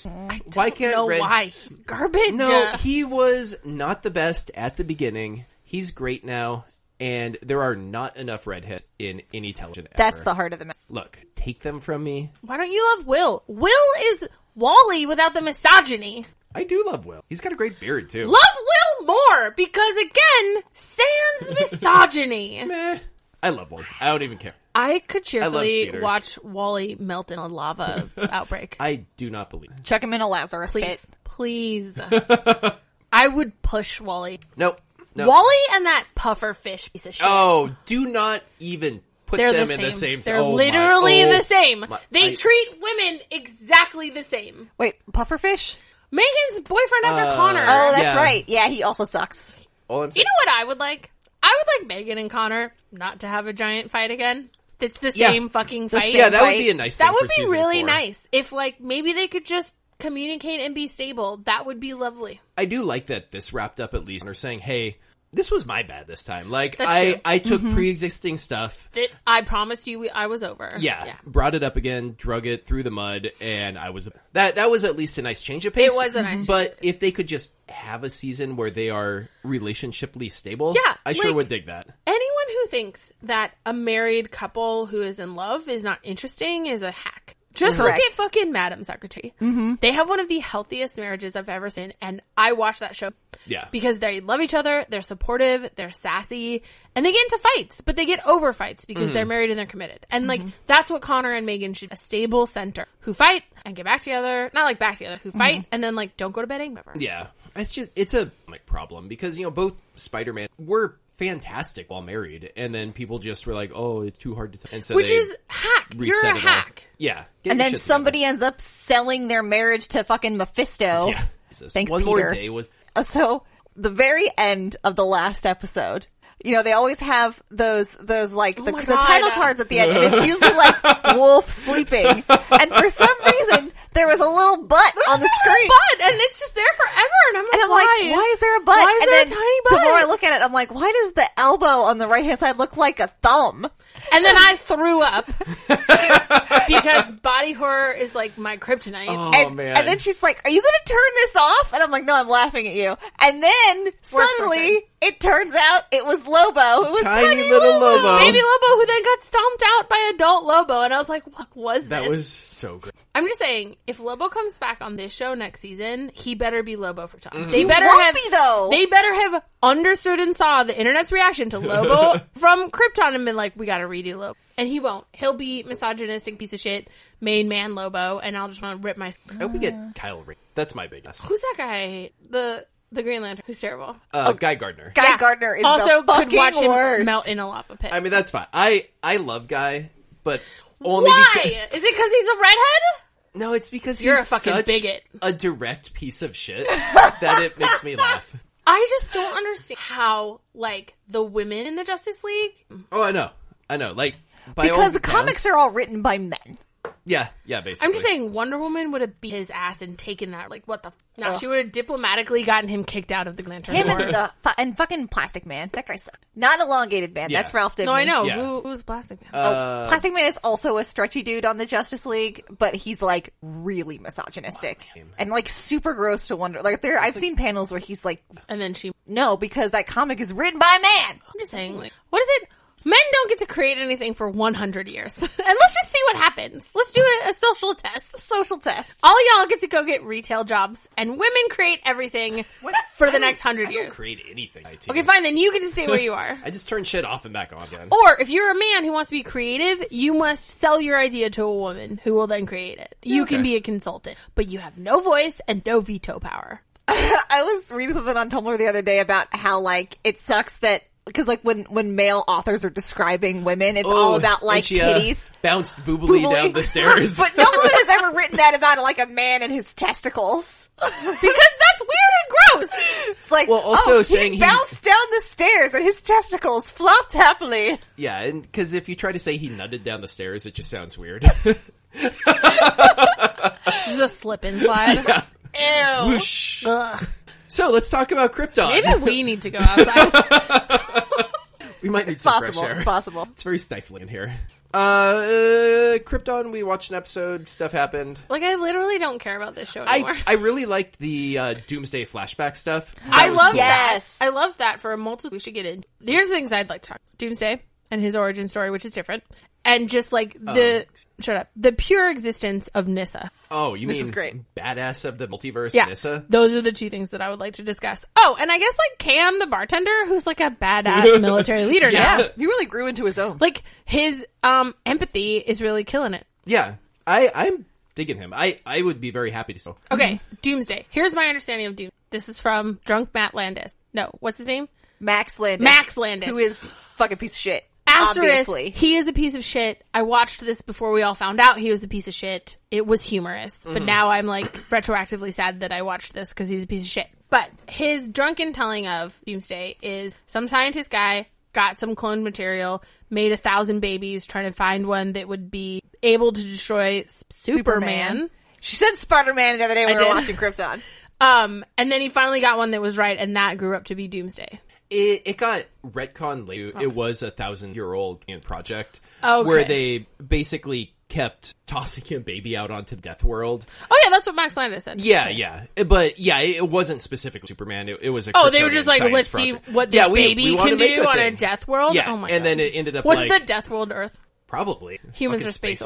A: why can't
B: no,
A: Red
B: why? He's garbage.
A: no, he was not the best at the beginning. He's great now, and there are not enough redheads in any television.
C: That's
A: ever.
C: the heart of the matter.
A: look. Take them from me.
B: Why don't you love Will? Will is Wally without the misogyny.
A: I do love Will. He's got a great beard too.
B: Love Will more because again, sans misogyny.
A: Meh. Eh, I love Will. I don't even care.
B: I could cheerfully
A: skaters.
B: watch Wally melt in a lava outbreak.
A: I do not believe. it.
C: Chuck him in a Lazarus pit.
B: Please, please. I would push Wally.
A: Nope. No.
B: Wally and that puffer fish piece of shit.
A: oh, do not even put
B: They're
A: them
B: the
A: in
B: same.
A: the same.
B: They're
A: oh my-
B: literally
A: oh
B: the same.
A: my-
B: they
A: I-
B: treat women exactly the same.
C: Wait, pufferfish?
B: Megan's boyfriend after
A: Uh,
B: Connor.
C: Oh, that's
A: Yeah.
C: right. Yeah, he also sucks.
A: All I'm saying,
B: You know what I would like? I would like Megan and Connor not to have a giant fight again. It's the
A: Yeah.
B: same fucking fight.
A: yeah, that
C: right?
A: would be a nice.
B: That
A: thing
B: would
A: for
B: be
A: season
B: really
A: four.
B: nice if, like, maybe they could just communicate and be stable. That would be lovely.
A: I do like that this wrapped up at least and are saying, hey, this was my bad this time. Like
B: That's
A: I,
B: true. Mm-hmm.
A: I took pre-existing stuff.
B: That I promised you, we, I was over.
A: Yeah, brought it up again, drug it through the mud, and I was that. That was at least a nice change of pace.
B: It was a nice change
A: but if they could just have a season where they are relationshiply stable,
B: Yeah,
A: I sure
B: like-
A: would dig that.
B: Anyone who thinks that a married couple who is in love is not interesting is a hack. Just
C: Correct.
B: look at fucking Madam Secretary. Mm-hmm. They have one of the healthiest marriages I've ever seen, and I watch that show.
A: Yeah,
B: because they love each other, they're supportive, they're sassy, and they get into fights, but they get over fights because
A: Mm.
B: they're married and they're committed. And like that's what Connor and Megan should a stable center who fight and get back together, not like back together, who fight and then like don't go to bed angry. ever.
A: yeah. It's just it's a like, problem because you know both Spider-Man were fantastic while married, and then people just were like, oh, it's too hard to. Tell. And so
B: Which
A: they
B: is hack. You're
A: reset
B: a
A: it all.
B: hack.
A: Yeah, Get your
C: And then
A: shit
C: somebody ends up selling their marriage to fucking Mephisto.
A: together. Yeah. Jesus.
C: Thanks,
A: One
C: Peter.
A: more day was
C: Uh, So the very end of the last episode, you know, they always have those those like the,
B: Oh my
C: the
B: God.
C: title cards at the end, and it's usually like wolf sleeping. And for some reason, there was a little butt on the screen.
B: But and it's just there forever and I'm like,
C: And I'm
B: why?
C: like, why is there a butt?
B: Why is
C: and
B: there a
C: then
B: tiny
C: The more I
B: butt?
C: look at it, I'm like, why does the elbow on the right hand side look like a thumb?
B: And then I threw up because body horror is like my kryptonite.
A: Oh,
C: and,
A: man.
C: and then she's like, "Are you going to turn this off?" And I'm like, "No, I'm laughing at you." And then suddenly, it turns out it was Lobo. It was
A: Tiny
C: tiny,
A: little
C: Lobo.
A: Lobo.
B: Baby Lobo, who then got stomped out by adult Lobo, and I was like, "What was
A: that
B: this?"
A: was so great.
B: I'm just saying, if Lobo comes back on this show next season, he better be Lobo for Tom.
A: Mm-hmm.
B: They better
C: won't
B: have
C: be, though.
B: They better have understood and saw the internet's reaction to Lobo from Krypton and been like, "We got to redo Lobo," and he won't. He'll be misogynistic piece of shit, main man Lobo, and I'll just want to rip my.
A: I hope we get Kyle Rick. That's my big guess.
B: Who's that guy? The the Green Lantern who's terrible.
A: Uh, Guy Gardner.
C: Guy
B: Yeah.
C: Gardner is
B: also
C: the fucking
B: could watch
C: worst.
B: him melt in a lava pit.
A: I mean, that's fine. I I love Guy, but only
B: Why
A: because
B: is it because he's a redhead?
A: no, it's because
B: You're
A: he's
B: a fucking
A: such
B: bigot.
A: a direct piece of shit that it makes me laugh.
B: I just don't understand how like the women in the Justice League
A: Oh, I know, I know. Like by all
C: because the comics
A: accounts-
C: are all written by men.
A: yeah, yeah. Basically,
B: I'm just saying Wonder Woman would have beat his ass and taken that. Like, what the? F- no,
C: Ugh.
B: she would have diplomatically gotten him kicked out of the Lantern
C: Him
B: Corps.
C: and the fu- and fucking Plastic Man. That guy sucked. Not elongated man.
A: Yeah.
C: That's Ralph Dibney.
B: no, I know.
A: Yeah.
B: Who, who's Plastic Man?
C: Oh,
A: Uh,
C: Plastic Man is also a stretchy dude on the Justice League, but he's like really misogynistic and like super gross to wonder. Like there, I've seen panels where he's like,
B: and then she. I'm
C: "No, because that comic is written by a man."
B: just saying, like,
C: Mm-hmm.
B: what is it? Men don't get to create anything for 100 years. and let's just see what happens. Let's do a, a social test.
C: Social test.
A: Uh,
B: All y'all get to go get retail jobs, and women create everything
A: what- I
B: for the
A: don't-
B: next
A: I
B: hundred
A: don't
B: years.
A: create anything. IT.
B: Okay, fine. Then you get to stay where you are. Oh,
A: I just turn shit off and back on again.
B: Or if you're a man who wants to be creative, you must sell your idea to a woman who will then create it. You can be a consultant, but you have no voice and no veto power.
C: I was reading something on Tumblr the other day about how like it sucks that because like when when male authors are describing women, it's all
A: Oh,
C: about
A: and
C: like
A: she, uh,
C: titties.
A: bounced boobily down
C: boobily.
A: the stairs.
C: but no woman has ever written that about like a man and his testicles.
B: Because that's weird and gross.
C: It's like,
A: Well, also
C: oh,
A: saying
C: he
A: he-
C: bounced down the stairs and his testicles flopped happily.
A: yeah, because if you try to say he nutted down the stairs, it just sounds weird.
B: Just a slip and slide.
C: Ew.
A: Whoosh.
B: Ugh.
A: So let's talk about Krypton.
B: Maybe we need to go outside.
A: we might need
C: It's
A: some
C: possible.
A: fresh air.
C: It's possible.
A: It's very stifling in here. Uh, Krypton. We watched an episode. Stuff happened.
B: like I literally don't care about this show anymore.
A: I I really liked the uh, Doomsday flashback stuff.
B: I love
A: cool.
C: Yes.
B: that. I love that for a multi. We should get in. Here's the things I'd like to talk: Doomsday and his origin story, which is different, and just like the shut up the pure existence of Nissa.
A: Oh, you mean
C: is great.
A: badass of the multiverse,
B: Yeah.
A: Nissa?
B: Those are the two things that I would like to discuss. Oh, and I guess like Cam, the bartender, who's like a badass military leader
A: Yeah.
B: now.
C: He really grew into his own.
B: Like his um empathy is really killing it.
A: Yeah, I I'm digging him. I I would be very happy to. see.
B: Okay,
A: Mm-hmm.
B: Doomsday. Here's my understanding of Doom. This is from Drunk Matt Landis. No, what's his name?
C: Max Landis.
B: Max Landis.
C: Who is fucking piece of shit.
B: Asterisk.
C: Obviously.
B: He is a piece of shit. I watched this before we all found out he was a piece of shit. It was humorous, but now I'm like retroactively sad that I watched this because he's a piece of shit. But his drunken telling of Doomsday is some scientist guy got some cloned material, made a thousand babies, trying to find one that would be able to destroy S- Superman.
C: She said Spider Man the other day when
B: I
C: we were watching
B: did.
C: Krypton.
B: Um, and then he finally got one that was right, and that grew up to be Doomsday.
A: It, it got retcon later. It was a thousand year old you know, project
B: Oh. Okay.
A: where they basically kept tossing him baby out onto the death world.
B: Oh yeah, that's what Max Landis said.
A: Yeah, yeah, Eh, but yeah, it it wasn't specifically Superman. It, it was a
B: Oh, they were
A: Kryptonian
B: just like,
A: science
B: let's
A: project.
B: see what the
A: yeah, we-
B: baby
A: we wanna
B: can
A: make
B: do on
A: thing.
B: a death world.
A: Yeah,
B: oh my
A: and
B: god.
A: then it ended up
B: was
A: like
B: the death world Earth.
A: Probably
B: Humans
A: Fucking
B: are space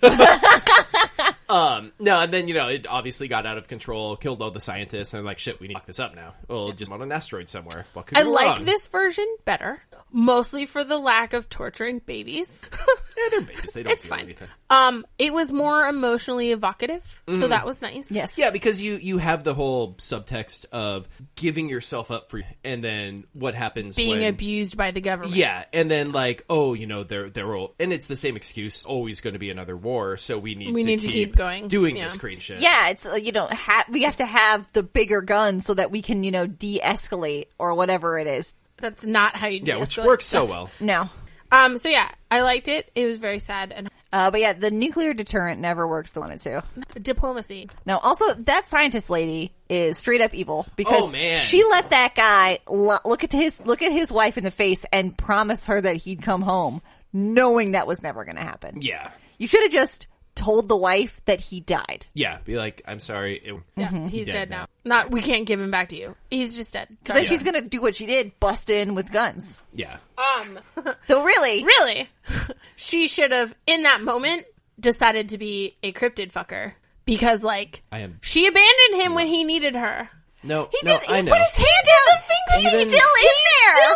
A: orcs. um, no, and then you know it obviously got out of control, killed all the scientists, and like shit, we need to lock this up now. Well, just on an asteroid somewhere. What could
B: I
A: go
B: like
A: wrong?
B: this version better, mostly for the lack of torturing babies.
A: Yeah, they're babies. They don't
B: it's
A: do
B: fine.
A: anything.
B: Um, it was more emotionally evocative, so
A: Mm-hmm.
B: that was nice.
C: Yes.
A: Yeah, because you you have the whole subtext of giving yourself up for, and then what happens
B: Being
A: when,
B: abused by the government.
A: Yeah, and then like, oh, you know, there there will, and it's the same excuse. Always going to be another war, so we need
B: We
A: to
B: need to
A: keep,
B: keep going.
A: doing
B: Yeah.
A: this crazy shit.
C: Yeah, it's uh, you know ha- we have to have the bigger gun so that we can you know de-escalate or whatever it is.
B: That's not how you do
A: yeah,
B: it.
A: which
B: So,
A: works so
B: that's-
A: well.
C: No,
B: Um, so yeah, I liked it. It was very sad and
C: uh, but yeah, the nuclear deterrent never works the one it to.
B: diplomacy.
C: No, also that scientist lady is straight up evil because
A: Oh, man.
C: she let that guy lo- look at his look at his wife in the face and promise her that he'd come home, knowing that was never going to happen.
A: Yeah,
C: You should have just told the wife that he died.
A: yeah. Be like, I'm sorry. It,
B: Yeah, he's
A: Dead
B: dead, now. Not we can't give him back to you. He's just dead.
C: Then
B: Sorry.
C: she's going to do what she did, bust in with guns.
A: Yeah.
C: Uh,
B: Um,
C: So really,
B: Really? she should have, in that moment, decided to be a cryptid fucker because like
A: I am-
B: she abandoned him when he needed her.
A: No,
C: He
A: no,
C: did.
A: I
C: he
A: know.
C: put his hand out the finger.
A: Even-
C: he's still in there.
B: Still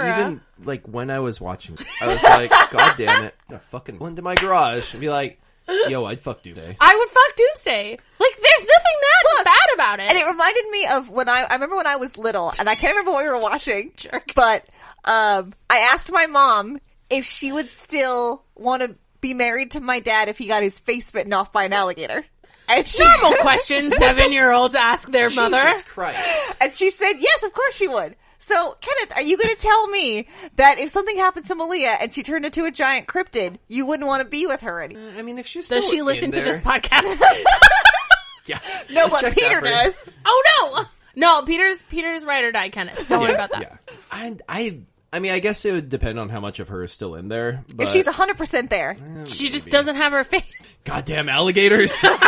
B: there.
A: Even like when I was watching, I was like, "God damn it!" I'm gonna fucking go into my garage and be like, "Yo, I'd fuck Doomsday."
B: I would fuck Doomsday. Like there's nothing that bad about it.
C: and it reminded me of when I I remember when I was little, and I can't remember what we were watching, but um, I asked my mom if she would still want to be married to my dad if he got his face bitten off by an alligator. And she,
B: Normal question seven year olds ask their mother.
A: Jesus Christ!
C: and she said, yes, of course she would. So, Kenneth, are you going to tell me that if something happened to Malia and she turned into a giant cryptid, you wouldn't want to be with her anymore?
A: I mean, if she's
B: Does
A: still
B: she
A: in
B: listen to
A: there-
B: this podcast?
A: Yeah.
C: No,
A: Let's
C: but
A: check
C: Peter
A: that for-
C: does.
B: oh no, no. Peter's Peter's ride or die, Kenneth. Don't worry about that.
A: Yeah. I, I, I mean, I guess it would depend on how much of her is still in there. But
C: If she's 100% there.
B: She just doesn't have her face.
A: goddamn alligators.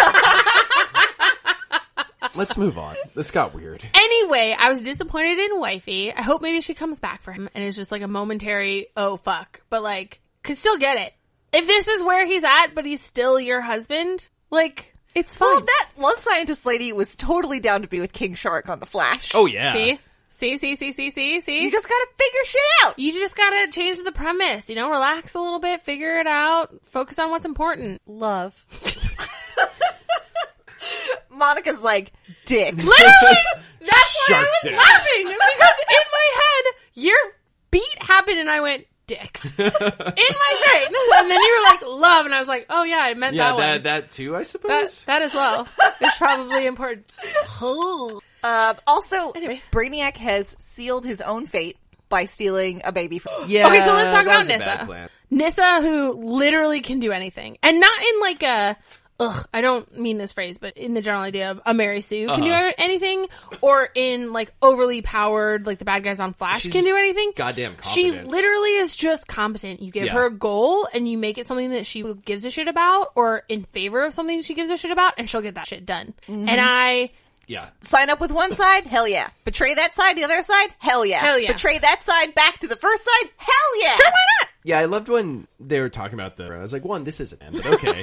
A: Let's move on. This got weird.
B: Anyway, I was disappointed in Wifey. I hope maybe she comes back for him and it's just like a momentary, oh fuck. But like, could still get it. If this is where he's at, but he's still your husband, like, it's fine.
C: Well, that one scientist lady was totally down to be with King Shark on The Flash.
A: Oh yeah.
B: see? See, see, see, see, see, see?
C: You just got to figure shit out.
B: you just gotta change the premise, you know, relax a little bit, figure it out, focus on what's important.
C: love. Monica's like dicks.
B: Literally, that's why I
A: Shark
B: was
A: dick.
B: laughing because in my head, your beat happened, and I went dicks in my brain, and then you were like love, and I was like, oh yeah, I meant
A: Yeah,
B: that,
A: that
B: one.
A: that, too, I
B: That,
A: suppose.
B: that as well. It's probably important. Oh.
C: Uh, also,
B: Anyway.
C: Brainiac has sealed his own fate by stealing a baby from.
A: yeah.
B: Okay, so let's
A: that
B: talk about
A: was a bad
B: Nyssa.
A: plan.
B: Nissa, who literally can do anything, and not in like a ugh. I don't mean this phrase, but in the general idea of a Mary Sue can
A: Uh-huh.
B: do anything, or in like overly powered, like the bad guys on Flash
A: She's
B: can do
A: just
B: anything.
A: goddamn
B: she
A: competent.
B: literally is just competent. You give
A: Yeah.
B: her a goal, and you make it something that she gives a shit about, or in favor of something she gives a shit about, and she'll get that shit done. And I
A: Yeah.
C: Sign up with one side, hell yeah. Betray that side, the other side, hell yeah.
B: Hell yeah.
C: Betray that side, back to the first side, hell yeah.
A: Yeah, I loved when they were talking about the. I was like, one, this isn't end, but okay.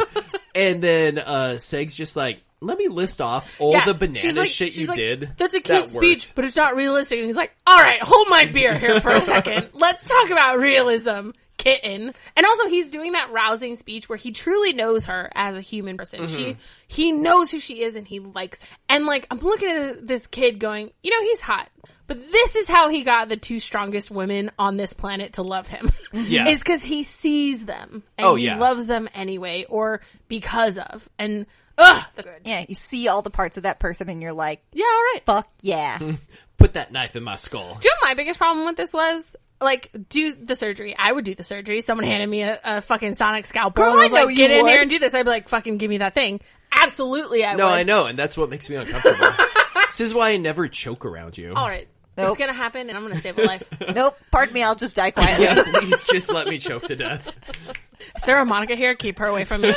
A: and then uh Seg's just like, let me list off all
B: yeah,
A: the banana
B: she's like-
A: shit
B: she's
A: you
B: like,
A: did.
B: That's a
A: that
B: cute speech,
A: worked."
B: but it's not realistic. And he's like, "All right, hold my beer here for a second. Let's talk about realism, kitten." And also, he's doing that rousing speech where he truly knows her as a human person.
A: Mm-hmm.
B: She, he knows who she is, and he likes. Her. And like, I'm looking at this kid going, you know, he's hot. But this is how he got the two strongest women on this planet to love him.
A: Yeah.
B: is because he sees them and
A: Oh,
B: he
A: yeah.
B: loves them anyway, or because of. And ugh, that's good.
C: Yeah, you see all the parts of that person and you're like,
B: Yeah, all right.
C: fuck yeah.
A: Put that knife in my skull.
B: Do you know what my biggest problem with this was like do the surgery. I would do the surgery. Someone handed me a, a fucking sonic scalpel.
C: Girl,
B: and was
C: I know
B: like,
C: you
B: Get in
C: would."
B: here and do this. I'd be like, fucking give me that thing. Absolutely, I
A: No,
B: would.
A: I know, and that's what makes me uncomfortable. this is why I never choke around you.
B: All right,
C: Nope.
B: it's gonna happen, and I'm gonna save a life.
C: nope, pardon me, I'll just die quietly.
A: Yeah, please just let me choke to death.
B: Sarah Monica here, keep her away from me.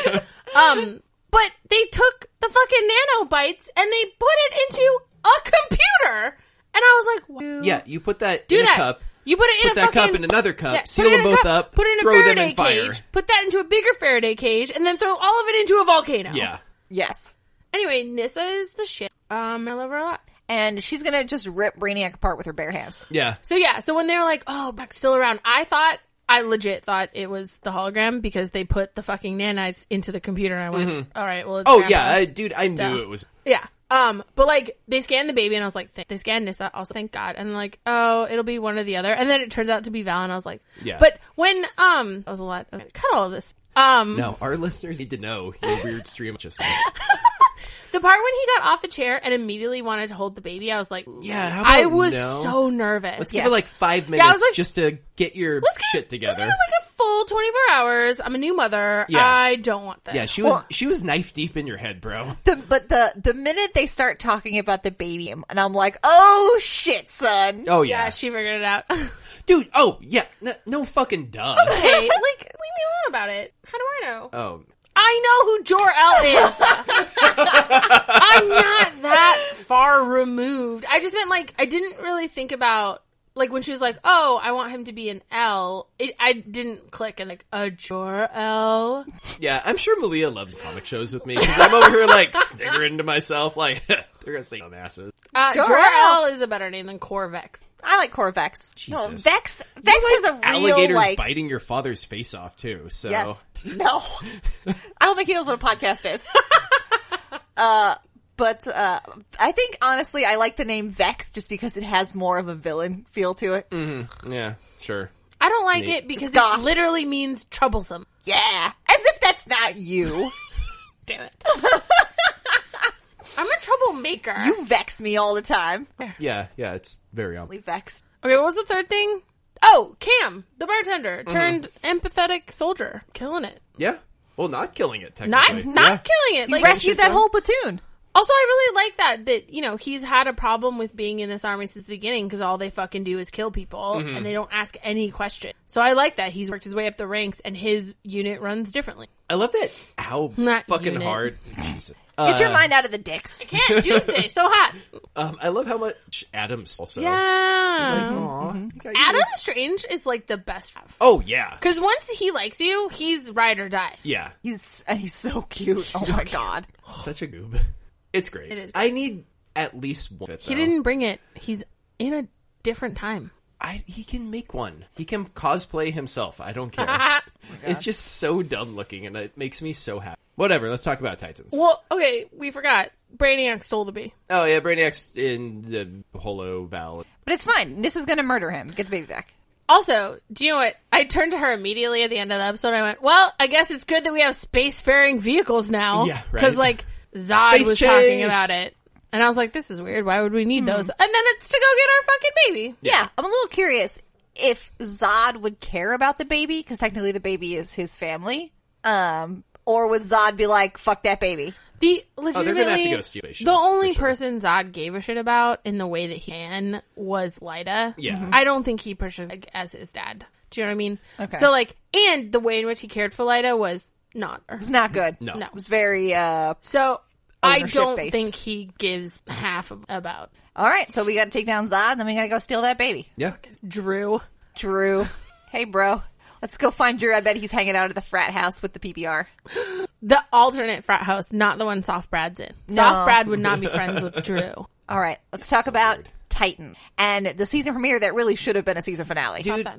B: um, but they took the fucking nanobites and they put it into a computer, and I was like, wow.
A: Yeah, you put that
B: do
A: in
B: that.
A: a cup.
B: You put it in
A: Put
B: a
A: that
B: fucking,
A: cup in another cup,
B: Yeah, put
A: seal
B: it in
A: them
B: a
A: both
B: cup,
A: up,
B: Put it in a
A: throw them in
B: Faraday
A: fire.
B: cage. Put that into a bigger Faraday cage, and then throw all of it into a volcano.
A: Yeah.
C: yes.
B: Anyway, Nissa is the shit. Um, I love her a lot.
C: And she's gonna just rip Brainiac apart with her bare hands.
A: Yeah.
B: So yeah, so when they're like, "Oh, Buck's still around," I thought, I legit thought it was the hologram because they put the fucking nanites into the computer, and I went, "All right, well." It's
A: Oh
B: Grandpa."
A: yeah, I, dude, I knew
B: Duh.
A: it was
B: Yeah. Um, but like they scanned the baby and I was like, thank- they scanned Nissa, also thank God. And like, oh, it'll be one or the other. And then it turns out to be Val and I was like,
A: Yeah.
B: But when, um, that was a lot. Okay, cut all of this. Um,
A: No, our listeners need to know your weird stream just
B: the part when he got off the chair and immediately wanted to hold the baby, I was like,
A: Yeah, how about
B: I was
A: no?
B: so nervous.
A: Let's
C: Yeah.
A: give it like five minutes
B: I was like-
A: just to get your
B: Let's give-
A: shit together.
B: Let's give it like a full 24 hours. I'm a new mother.
A: Yeah.
B: I don't want this.
A: yeah, she was
C: Well-
A: she was knife deep in your head, bro.
C: The, but the the minute they start talking about the baby, and I'm like, oh shit, son.
A: Oh
B: yeah.
A: yeah,
B: she figured it out. hey,
A: dude. Oh yeah, no, no fucking duh.
B: like, leave me alone about it. How do I know?
A: Oh
B: I know who Jor El is. I'm not that far removed. I just meant like I didn't really think about like when she was like, "Oh, I want him to be an L," it, I didn't click and like a Jor L.
A: Yeah, I'm sure Malia loves comic shows with me because I'm over here like sniggering to myself, like they're gonna say dumbasses.
B: Uh,
C: Jor-El.
B: Jor L is a better name than Corvex.
C: I like Corvex. No,
A: Jesus.
C: Vex. Vex is a real
A: Alligators
C: like.
A: biting your father's face off too. So
C: Yes. No. I don't think he knows what a podcast is. uh, but uh, I think honestly, I like the name Vex just because it has more of a villain feel to it.
A: Mm. yeah, sure.
B: I don't like
A: Neat.
B: it because
C: It's goth.
B: it literally means troublesome.
C: Yeah, as if that's not you.
B: Damn it. I'm a troublemaker.
C: you vex me all the time.
A: Yeah, yeah, it's very um, on.
C: Really Vex.
B: Okay, what was the third thing? Oh, Cam, the bartender, turned empathetic soldier, killing it.
A: Yeah, well, not killing it
B: Not
A: technically.
B: not
A: Yeah.
B: killing it. Like
C: Rescued that whole platoon.
B: also, I really like that that you know he's had a problem with being in this army since the beginning because all they fucking do is kill people and they don't ask any question. So I like that he's worked his way up the ranks and his unit runs differently.
A: I love that. How
B: Not
A: fucking
B: unit.
A: hard. Jesus.
C: Get your
A: Uh,
C: mind out of the dicks.
B: Can't Doomsday so hot.
A: Um, I love how much Adams also.
B: Yeah.
A: Aw. Okay.
B: Mm-hmm. Adam Strange is like the best.
A: Oh yeah,
B: Because once he likes you, he's ride or die.
A: yeah.
C: He's and he's so cute. Oh my god.
A: Such a goob. It's great.
B: It is
A: I need at least one.
B: He didn't bring it. He's in a different time.
A: I, he can make one. He can cosplay himself. I don't
B: Oh
A: care. it's just so dumb looking, and it makes me so happy. Whatever. Let's talk about Titans.
B: well, okay, we forgot. Brainiac stole the bee.
A: Oh yeah, Brainiac's in the Holo Val.
C: But it's fine. This is gonna murder him. Get the baby back.
B: Also, do you know what? I turned to her immediately at the end of the episode. I went, "Well, I guess it's good that we have spacefaring vehicles now."
A: Yeah, right.
B: Because like Zod
A: Space
B: was
A: chase! Hmm.
B: talking about it, and I was like, "This is weird. Why would we need those?" And then it's to go get our fucking baby.
C: Yeah, I'm a little curious if Zod would care about the baby because technically the baby is his family. Um, or would Zod be like, "Fuck that baby"?
B: The
A: Oh, they're
B: legitimately,
A: gonna have to go steal Asia,
B: the only
A: for sure.
B: person Zod gave a shit about in the way that he can was Lyda.
A: Yeah. Mhm.
B: I don't think he pursued like, as his dad. Do you know what I mean?
C: Okay.
B: So like, and the way in which he cared for Lyda was not.
C: It's not good.
A: No.
B: No.
C: it was very. uh
B: So I
C: Ownership
B: don't
C: based.
B: think he gives half of- about
C: All right, so we got to take down Zod, and then we got to go steal that baby.
A: Yeah.
B: Drew.
C: Drew, hey bro, let's go find Drew. I bet he's hanging out at the frat house with the PBR.
B: The alternate frat house, not the one Soft Brad's in. Soft Brad would not be friends with Drew.
C: All right, let's talk about Titan and the season premiere that really should have been a season finale.
A: Dude,
B: Hot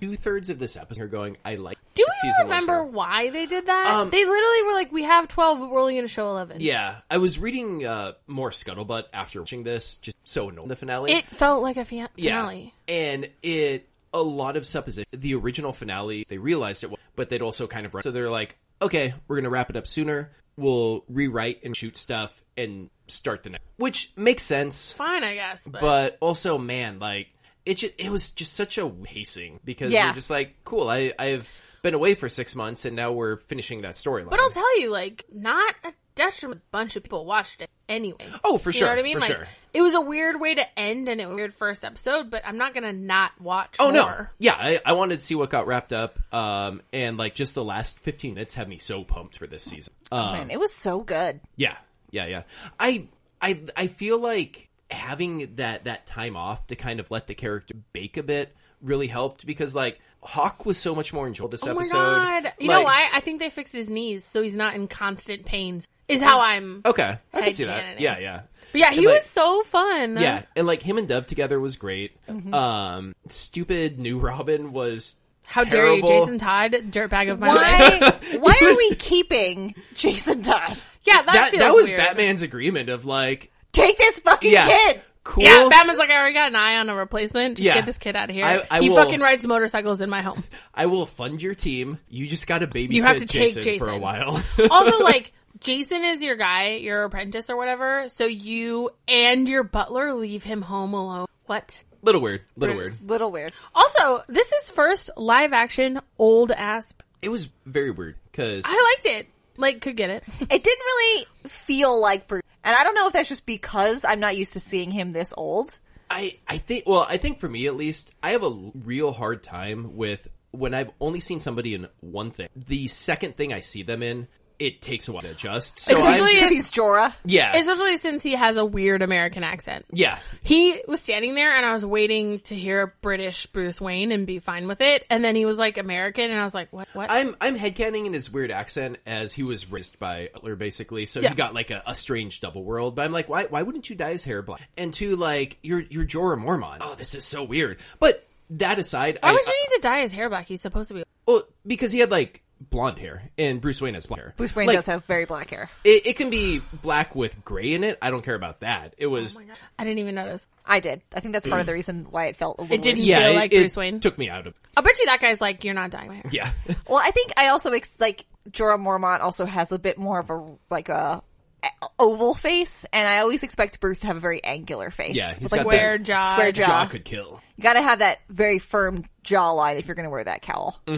A: two thirds of this episode are going. I like.
B: Do
A: this
B: we
A: season one
B: remember
A: third."
B: why they did that?
A: Um,
B: they literally were like, "We have twelve, but we're only going to show 11.
A: Yeah, I was reading uh, more scuttlebutt after watching this. Just so annoying the finale.
B: It felt like a fia-
A: yeah,
B: finale.
A: and it a lot of supposition. The original finale, they realized it, was, but they'd also kind of run. So they're like, okay, we're gonna wrap it up sooner. We'll rewrite and shoot stuff and start the next, which makes sense.
B: Fine, I guess. But,
A: But also, man, like it just, it was just such a pacing because
C: Yeah.
A: you're just like, cool. I I've been away for six months and now we're finishing that storyline.
B: but I'll tell you, like, not a detriment. A bunch of people watched it anyway.
A: Oh, for
B: you
A: sure,
B: Know what I mean,
A: for
B: like,
A: sure.
B: it was a weird way to end, and it was a weird first episode. But I'm not gonna not watch.
A: Oh no!
B: more.
A: Yeah, I, I wanted to see what got wrapped up, um, and like just the last fifteen minutes have me so pumped for this season. Um,
C: Man, it was so good.
A: yeah, yeah, yeah. I, I, I feel like having that that time off to kind of let the character bake a bit really helped because like Hawk was so much more enjoyable this
B: Oh my
A: episode.
B: god! You know
A: Like-
B: why? I think they fixed his knees, so he's not in constant pain. Is how I'm.
A: Okay, I can see
B: Headcanoning.
A: that. Yeah, yeah.
B: But yeah, he
A: Oh. Like-
B: was so fun.
A: Yeah, and like him and Dove together was great.
B: Mm-hmm.
A: Um, stupid new Robin was
B: How
A: terrible.
B: dare you, Jason Todd, dirtbag of my life?
C: Why? Why are
A: was-
C: we keeping Jason Todd?
B: Yeah, that,
A: That
B: feels
A: that was
B: weird.
A: Batman's agreement of like,
C: Take this fucking
A: yeah,
C: kid.
A: cool.
B: Yeah, Batman's like, I already got an eye on a replacement. Just
A: Yeah.
B: get this kid out of here.
A: I- I
B: he
A: will-
B: fucking rides motorcycles in my home.
A: I will fund your team. You just got to babysit
B: You have to take
A: Jason, for a
B: Jason.
A: while.
B: Also, like, Jason is your guy, your apprentice or whatever, so you and your butler leave him home alone. What?
A: little weird, little weird.
C: Little weird.
B: Also, this is first live action old asp.
A: It was very weird because
B: I liked it. Like, could get it.
C: It didn't really feel like Bruce. And I don't know if that's just because I'm not used to seeing him this old.
A: I, I think, well, I think for me at least, I have a l- real hard time with when I've only seen somebody in one thing. The second thing I see them in, it takes a while to adjust. So
B: It's
A: I'm,
B: usually-
C: Because he's Jorah.
A: yeah,
B: Especially since he has a weird American accent.
A: yeah,
B: He was standing there and I was waiting to hear British Bruce Wayne and be fine with it. And then he was like American and I was like, what? What?
A: I'm I'm headcanning in his weird accent as he was raised by Butler basically, so
B: Yeah.
A: he got like a, a strange double world. But I'm like, why why wouldn't you dye his hair black? And two, like you're you're Jorah Mormon. Oh, this is so weird. But that aside,
B: Why
A: I,
B: would you need to dye his hair black? He's supposed to be.
A: well, because he had like blonde hair, and Bruce Wayne has blonde hair.
C: Bruce Wayne
A: Like,
C: does have very black hair.
A: It, it can be black with gray in it. I don't care about that. It
B: Oh
A: was
B: I didn't even notice.
C: I did. I think that's part of the reason why it felt a little.
B: didn't-
C: weird.
A: yeah,
B: Feel
A: it,
B: like
A: it
B: Bruce Wayne?
A: took me out of
B: I bet you that guy's like, you're not dyeing my hair.
A: yeah.
C: Well, I think I also ex- like Jorah Mormont also has a bit more of a like a a- oval face, and I always expect Bruce to have a very angular face.
A: Yeah, he's
C: With, like
A: got
B: Square
A: that
B: jaw.
C: square jaw.
A: jaw could kill.
C: You got to have that very firm jawline if you're going to wear that cowl.
A: Oh,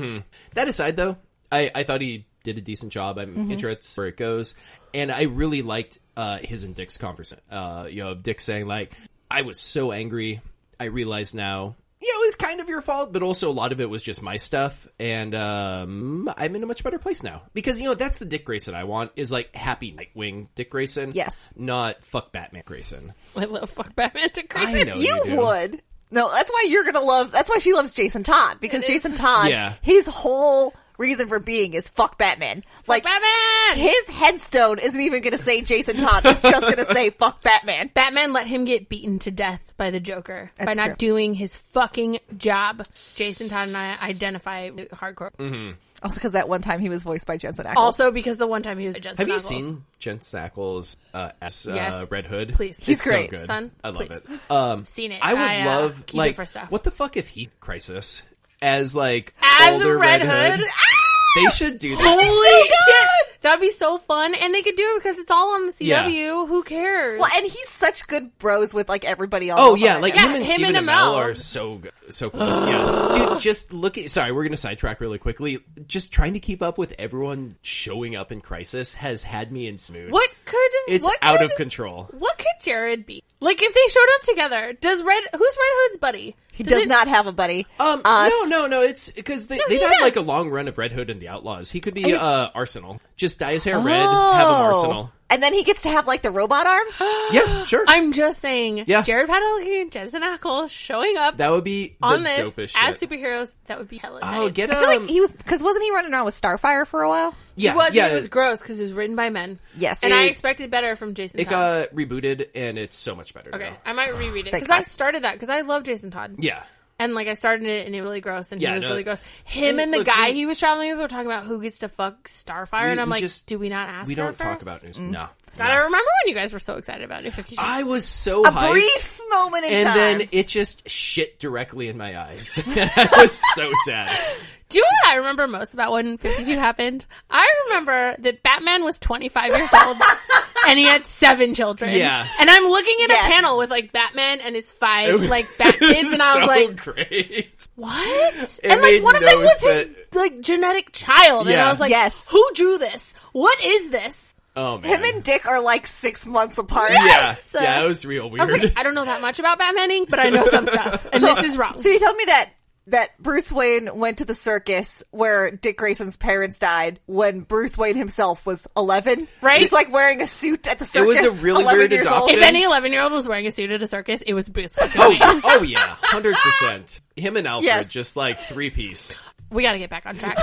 A: That aside, though, I, I thought he did a decent job. I'm interested where it goes, and I really liked uh, his and Dick's conversation. Uh, you know, of Dick saying like, "I was so angry. I realize now." You know, it was kind of your fault, but also a lot of it was just my stuff, and um, I'm in a much better place now because you know that's the Dick Grayson I want is like happy Nightwing Dick Grayson,
C: Yes.
A: not fuck Batman Grayson.
B: I love fuck Batman to
A: I
B: crazy.
A: know
C: You
A: you, do.
C: would. No, that's why you're gonna love. That's why she loves Jason Todd because Jason Todd,
A: Yeah.
C: his whole reason for being is fuck Batman. Like
B: Batman!
C: his headstone isn't even gonna say Jason Todd. It's just gonna say fuck Batman.
B: Batman let him get beaten to death by the Joker by
C: That's
B: not
C: true.
B: doing his fucking job. Jason Todd and I identify with hardcore.
A: Mm-hmm.
C: Also, because that one time he was voiced by Jensen Ackles.
B: Also, because the one time he was a Jensen
A: Have you
B: Ackles.
A: seen Jensen Ackles uh, as uh,
B: Yes.
A: Red Hood?
B: Please.
A: It's
B: He's
A: so
C: great,
A: good.
B: son.
A: I love
B: Please.
A: it. Um,
B: Seen it.
A: I would
B: I, uh,
A: love
B: keep it
A: like
B: for stuff.
A: what the fuck if he crisis as like
B: as
A: older
B: Red, Hood?
A: They should
B: Ah,
A: do that.
B: Holy
C: so good!
B: shit! That'd be so fun, and they could do it because it's all on the CW. Who cares?
C: Well, and he's such good bros with like everybody else.
A: Oh yeah, like
B: Yeah,
A: him and
B: him
A: Stephen
B: and
A: Amell
B: Amell.
A: are so good, so close. yeah, dude, just look at. Sorry, we're gonna sidetrack really quickly. Just trying to keep up with everyone showing up in Crisis has had me in smooth.
B: What could
A: It's
B: what
A: out
B: could-
A: of control.
B: What could Jared be like if they showed up together? Does Red who's Red Hood's buddy?
C: he does
B: it-
C: not have a buddy.
A: Um,
C: Uh,
A: no, no, no. It's because they, they've
B: he
A: had
B: does.
A: like a long run of Red Hood and the Outlaws. He could be uh, Arsenal. Just dye his hair red, have an
C: oh.
A: Arsenal.
C: And then he gets to have like the robot arm.
A: Yeah, sure.
B: I'm just saying.
A: Yeah.
B: Jared Padalecki and Jensen Ackles showing up
A: that would be the
B: on this
A: dopest
B: as
A: shit.
B: superheroes. That would be hella.
A: Oh,
B: tight.
A: get
C: I feel
A: um,
C: like he was because wasn't he running around with Starfire for a while?
A: yeah,
B: it was
A: yeah.
B: it was gross because it was written by men.
C: Yes.
B: and I
A: It-
B: expected better from Jason.
A: It uh,
B: Todd.
A: got rebooted and it's so much better
B: okay.
A: now.
B: I might reread it
C: Thank
B: because I
C: God.
B: started that because I love Jason Todd.
A: Yeah.
B: And like I started it and it was really gross and
A: Yeah,
B: he was
A: no.
B: really gross. Him
A: Hey,
B: and the
A: look,
B: guy
A: we-
B: he was traveling with were talking about who gets to fuck Starfire
A: We-
B: and I'm
A: we
B: like,
A: just-
B: do we not ask?
A: we
B: her
A: don't talk
B: first?
A: about news. No.
B: God, I remember when you guys were so excited about New Fifty Shades.
A: I was so
C: A
A: hyped,
C: brief moment in
A: and
C: time.
A: then it just shit directly in my eyes. I was so sad.
B: Do you know what I remember most about when Fifty Two happened? I remember that Batman was twenty five years old and he had seven children.
A: Yeah.
B: and I'm looking at
C: Yes.
B: a panel with like Batman and his
A: It
B: five
A: was-
B: like Bat kids, and I was
A: so
B: like,
A: great.
B: what? and like
A: made
B: one of them
A: no
B: was
A: sense.
B: his like genetic child, and
A: Yeah.
B: I was like,
C: Yes.
B: who drew this? What is this?
A: Oh man.
C: him and Dick are like six months apart.
A: yeah,
B: uh,
A: yeah, it was real weird.
B: I was like, I don't know that much about Batmaning, but I know some stuff, and this is wrong.
C: So you told me that that Bruce Wayne went to the circus where Dick Grayson's parents died when Bruce Wayne himself was eleven,
B: Right.
C: Just like wearing a suit at the
A: It
C: circus.
A: was a really
C: 11
A: weird
C: years old.
B: if
A: adoption.
B: any 11 year old was wearing a suit at a circus, it was Bruce. Wayne.
A: Oh yeah, oh yeah, hundred percent. Him and Alfred
C: Yes.
A: just like three piece.
B: We got to get back on track.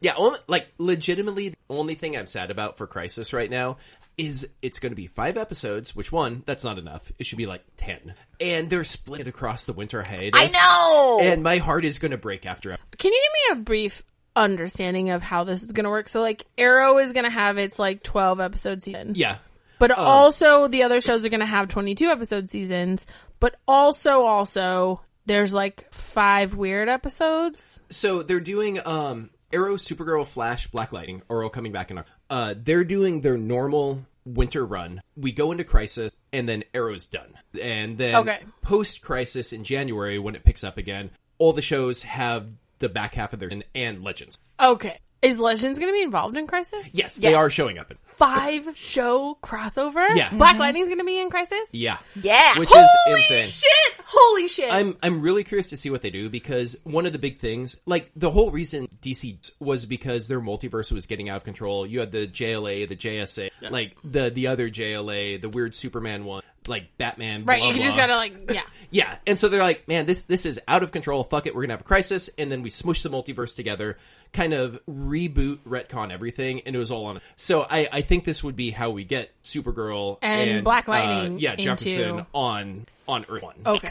A: Yeah, only, like legitimately, the only thing I'm sad about for Crisis right now is it's going to be five episodes. Which one? That's not enough. It should be like ten, and they're split across the winter
C: I
A: hiatus.
C: know.
A: And my heart is going to break after.
B: Can you give me a brief understanding of how this is going to work? So, like, Arrow is going to have its like twelve episode season,
A: Yeah, Oh.
B: but also the other shows are going to have twenty two episode seasons, but also also there's like five weird episodes.
A: so they're doing um Arrow, Supergirl, Flash, Black Lightning are all coming back in. Our, uh, they're doing their normal winter run. We go into Crisis, and then Arrow's done, and then
B: Okay.
A: post Crisis in January when it picks up again, all the shows have the back half of their and, and Legends.
B: Okay, Is Legends going to be involved in Crisis?
A: Yes, they
C: Yes.
A: are showing up. In,
B: Five show crossover.
A: Yeah. Mm-hmm.
B: Black Lightning's going to be in Crisis.
A: yeah,
C: Yeah.
A: which
C: Holy
A: is insane.
C: shit! Holy shit!
A: I'm I'm really curious to see what they do because one of the big things, like the whole reason DC was because their multiverse was getting out of control. You had the JLA, the JSA, like the the other JLA, the weird Superman one, like Batman.
B: Right.
A: blah,
B: you
A: blah.
B: just got to like, yeah.
A: Yeah, and so they're like, man, this this is out of control. Fuck it, we're gonna have a crisis, and then we smush the multiverse together, kind of reboot, retcon everything, and it was all on. So I I think this would be how we get Supergirl uh,
B: And Black Lightning
A: yeah,
B: into- Oh.
A: Jefferson on on Earth One.
B: Okay.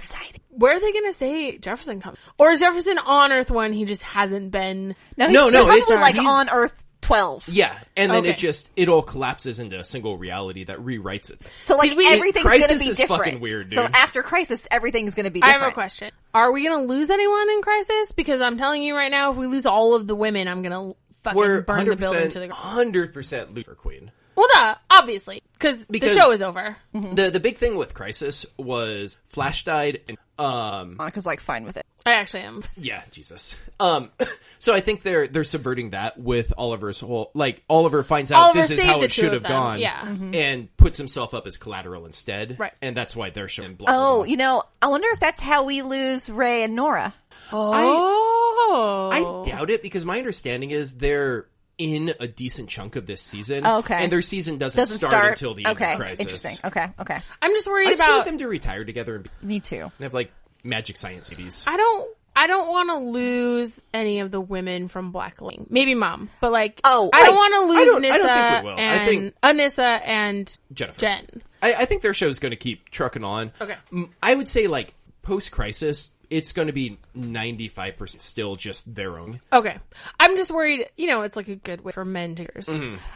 B: Where are they going to say Jefferson comes? Or is Jefferson on Earth one? He just hasn't been.
C: he's
A: no, no,
C: probably
A: it's-
C: like
A: he's-
C: on Earth twelve.
A: Yeah, and then
B: Okay.
A: it just it all collapses into a single reality that rewrites it.
C: So like
B: Did we-
C: everything's
A: Crisis
C: gonna be
A: is
C: different.
A: fucking weird,
C: So
A: dude.
C: after Crisis, everything's gonna be.
B: I
C: different.
B: have a question. Are we going to lose anyone in Crisis? Because I'm telling you right now, if we lose all of the women, I'm going to fucking
A: We're
B: burn the
A: hundred
B: building to the
A: percent,
B: ground.
A: hundred percent Lucifer Queen.
B: Well, duh, obviously, cause
A: Because-
B: the show is over.
A: The the big thing with Crisis was Flash died, and um,
C: Monica's like fine with it.
B: I actually am.
A: yeah, Jesus. Um, so I think they're they're subverting that with Oliver's whole like Oliver finds out
B: Oliver
A: this is
B: saved
A: how
B: the
A: it
B: two
A: should have
B: of them,
A: gone,
B: yeah.
C: Mm-hmm.
A: and puts himself up as collateral instead,
B: Right.
A: And that's why they're showing. Blah, blah,
C: Oh,
A: blah.
C: you know, I wonder if that's how we lose Ray and Nora.
B: Oh,
A: I doubt it because my understanding is they're in a decent chunk of this season.
C: Oh, Okay.
A: And their season doesn't,
C: Doesn't
A: start,
C: start
A: until the
C: okay.
A: end of Crisis.
C: Interesting. Okay. Okay.
B: I'm just worried
A: I just
B: about.
A: want them to retire together and, be,
C: Me too.
A: and have like magic science duties.
B: I don't. I don't want to lose any of the women from Blackling. Maybe mom, but like,
C: Oh,
B: I don't
C: I-
B: want to
A: I
B: lose
A: don't- I
B: Nissa
A: don't think we will. I
B: and
A: think-
B: Anissa and
A: Jennifer.
B: Jen.
A: I, I think their show's going to keep trucking on.
B: Okay.
A: M- I would say like post Crisis, it's going to be ninety five percent still just their own.
B: Okay, I'm just worried. You know, it's like a good way for men to.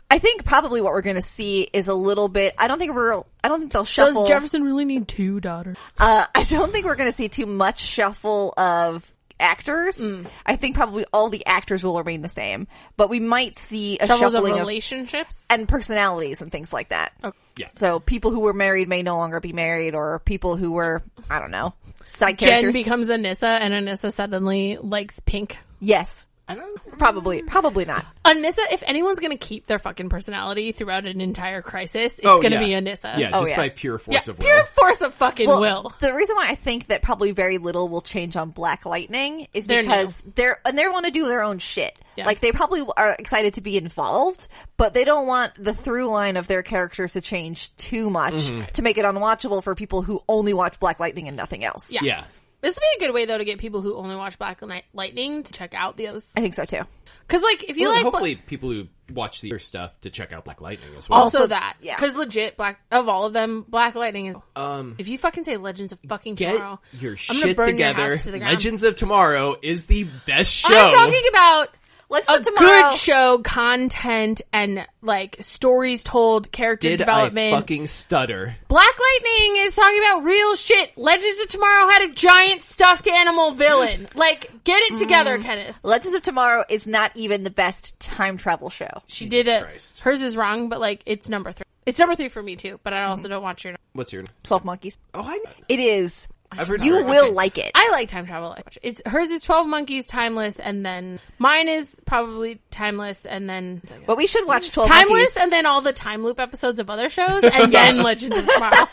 C: I think probably what we're going to see is a little bit. I don't think we're. I don't think they'll shuffle.
B: Does Jefferson really need two daughters?
C: uh, I don't think we're going to see too much shuffle of actors.
B: Mm.
C: I think probably all the actors will remain the same, but we might see a
B: Levels of
C: shuffling of,
B: relationships.
C: and personalities and things like that.
A: Yeah.
C: So people who were married may no longer be married, or people who were I don't know side
B: Jen
C: characters.
B: becomes Anissa, and Anissa suddenly likes pink.
C: yes,
A: I don't.
C: probably, probably not.
B: Anissa, if anyone's going to keep their fucking personality throughout an entire crisis, it's
A: Oh,
B: going to
A: yeah.
B: be Anissa.
A: Yeah,
C: Oh,
A: just
C: yeah.
A: by pure
B: Yeah,
A: force of will.
B: pure force of fucking will.
C: The reason why I think that probably very little will change on Black Lightning is
B: They're
C: because they're and they want to do their own shit.
B: Yeah.
C: Like they probably are excited to be involved, but they don't want the through line of their characters to change too much
B: Mm-hmm.
C: to make it unwatchable for people who only watch Black Lightning and nothing else.
B: Yeah.
A: Yeah.
B: This would be a good way though to get people who only watch Black Knight- Lightning to check out the others.
C: I think so too.
B: Because like if you
A: Well, and
B: like Bla-
A: hopefully, people who watch the other stuff to check out Black Lightning as well.
B: also
C: Also,
B: that
C: yeah.
B: because legit Black of all of them, Black Lightning is. Um, if you fucking say Legends of fucking
A: Get
B: tomorrow,
A: your
B: I'm
A: shit
B: gonna burn Your
A: together.
B: house to the ground.
A: Legends of Tomorrow is the best show.
B: I'm talking about
C: Let's
B: a
C: do tomorrow.
B: good show content and like stories told, character
A: Did I
B: development.
A: fucking stutter?
B: Black Lightning is talking about real shit. Legends of Tomorrow had a giant stuffed animal villain. Like, get it
C: Mm.
B: together, Kenneth.
C: Legends of Tomorrow is not even the best time travel show.
B: She
A: Jesus
B: did it.
A: Christ.
B: Hers is wrong, but like, it's number three. It's number three for me too. But I
A: Mm-hmm.
B: also don't watch your.
A: What's your?
C: Twelve Monkeys.
A: Oh, I.
C: It is.
A: I've heard
C: You
A: great
C: will
A: things.
C: like it.
B: I like time travel. I watch it. It's hers is Twelve Monkeys, Timeless, and then mine is probably Timeless, and then
C: but we should watch Twelve
B: Timeless,
C: Monkeys.
B: and then all the time loop episodes of other shows, and then Legends of Tomorrow.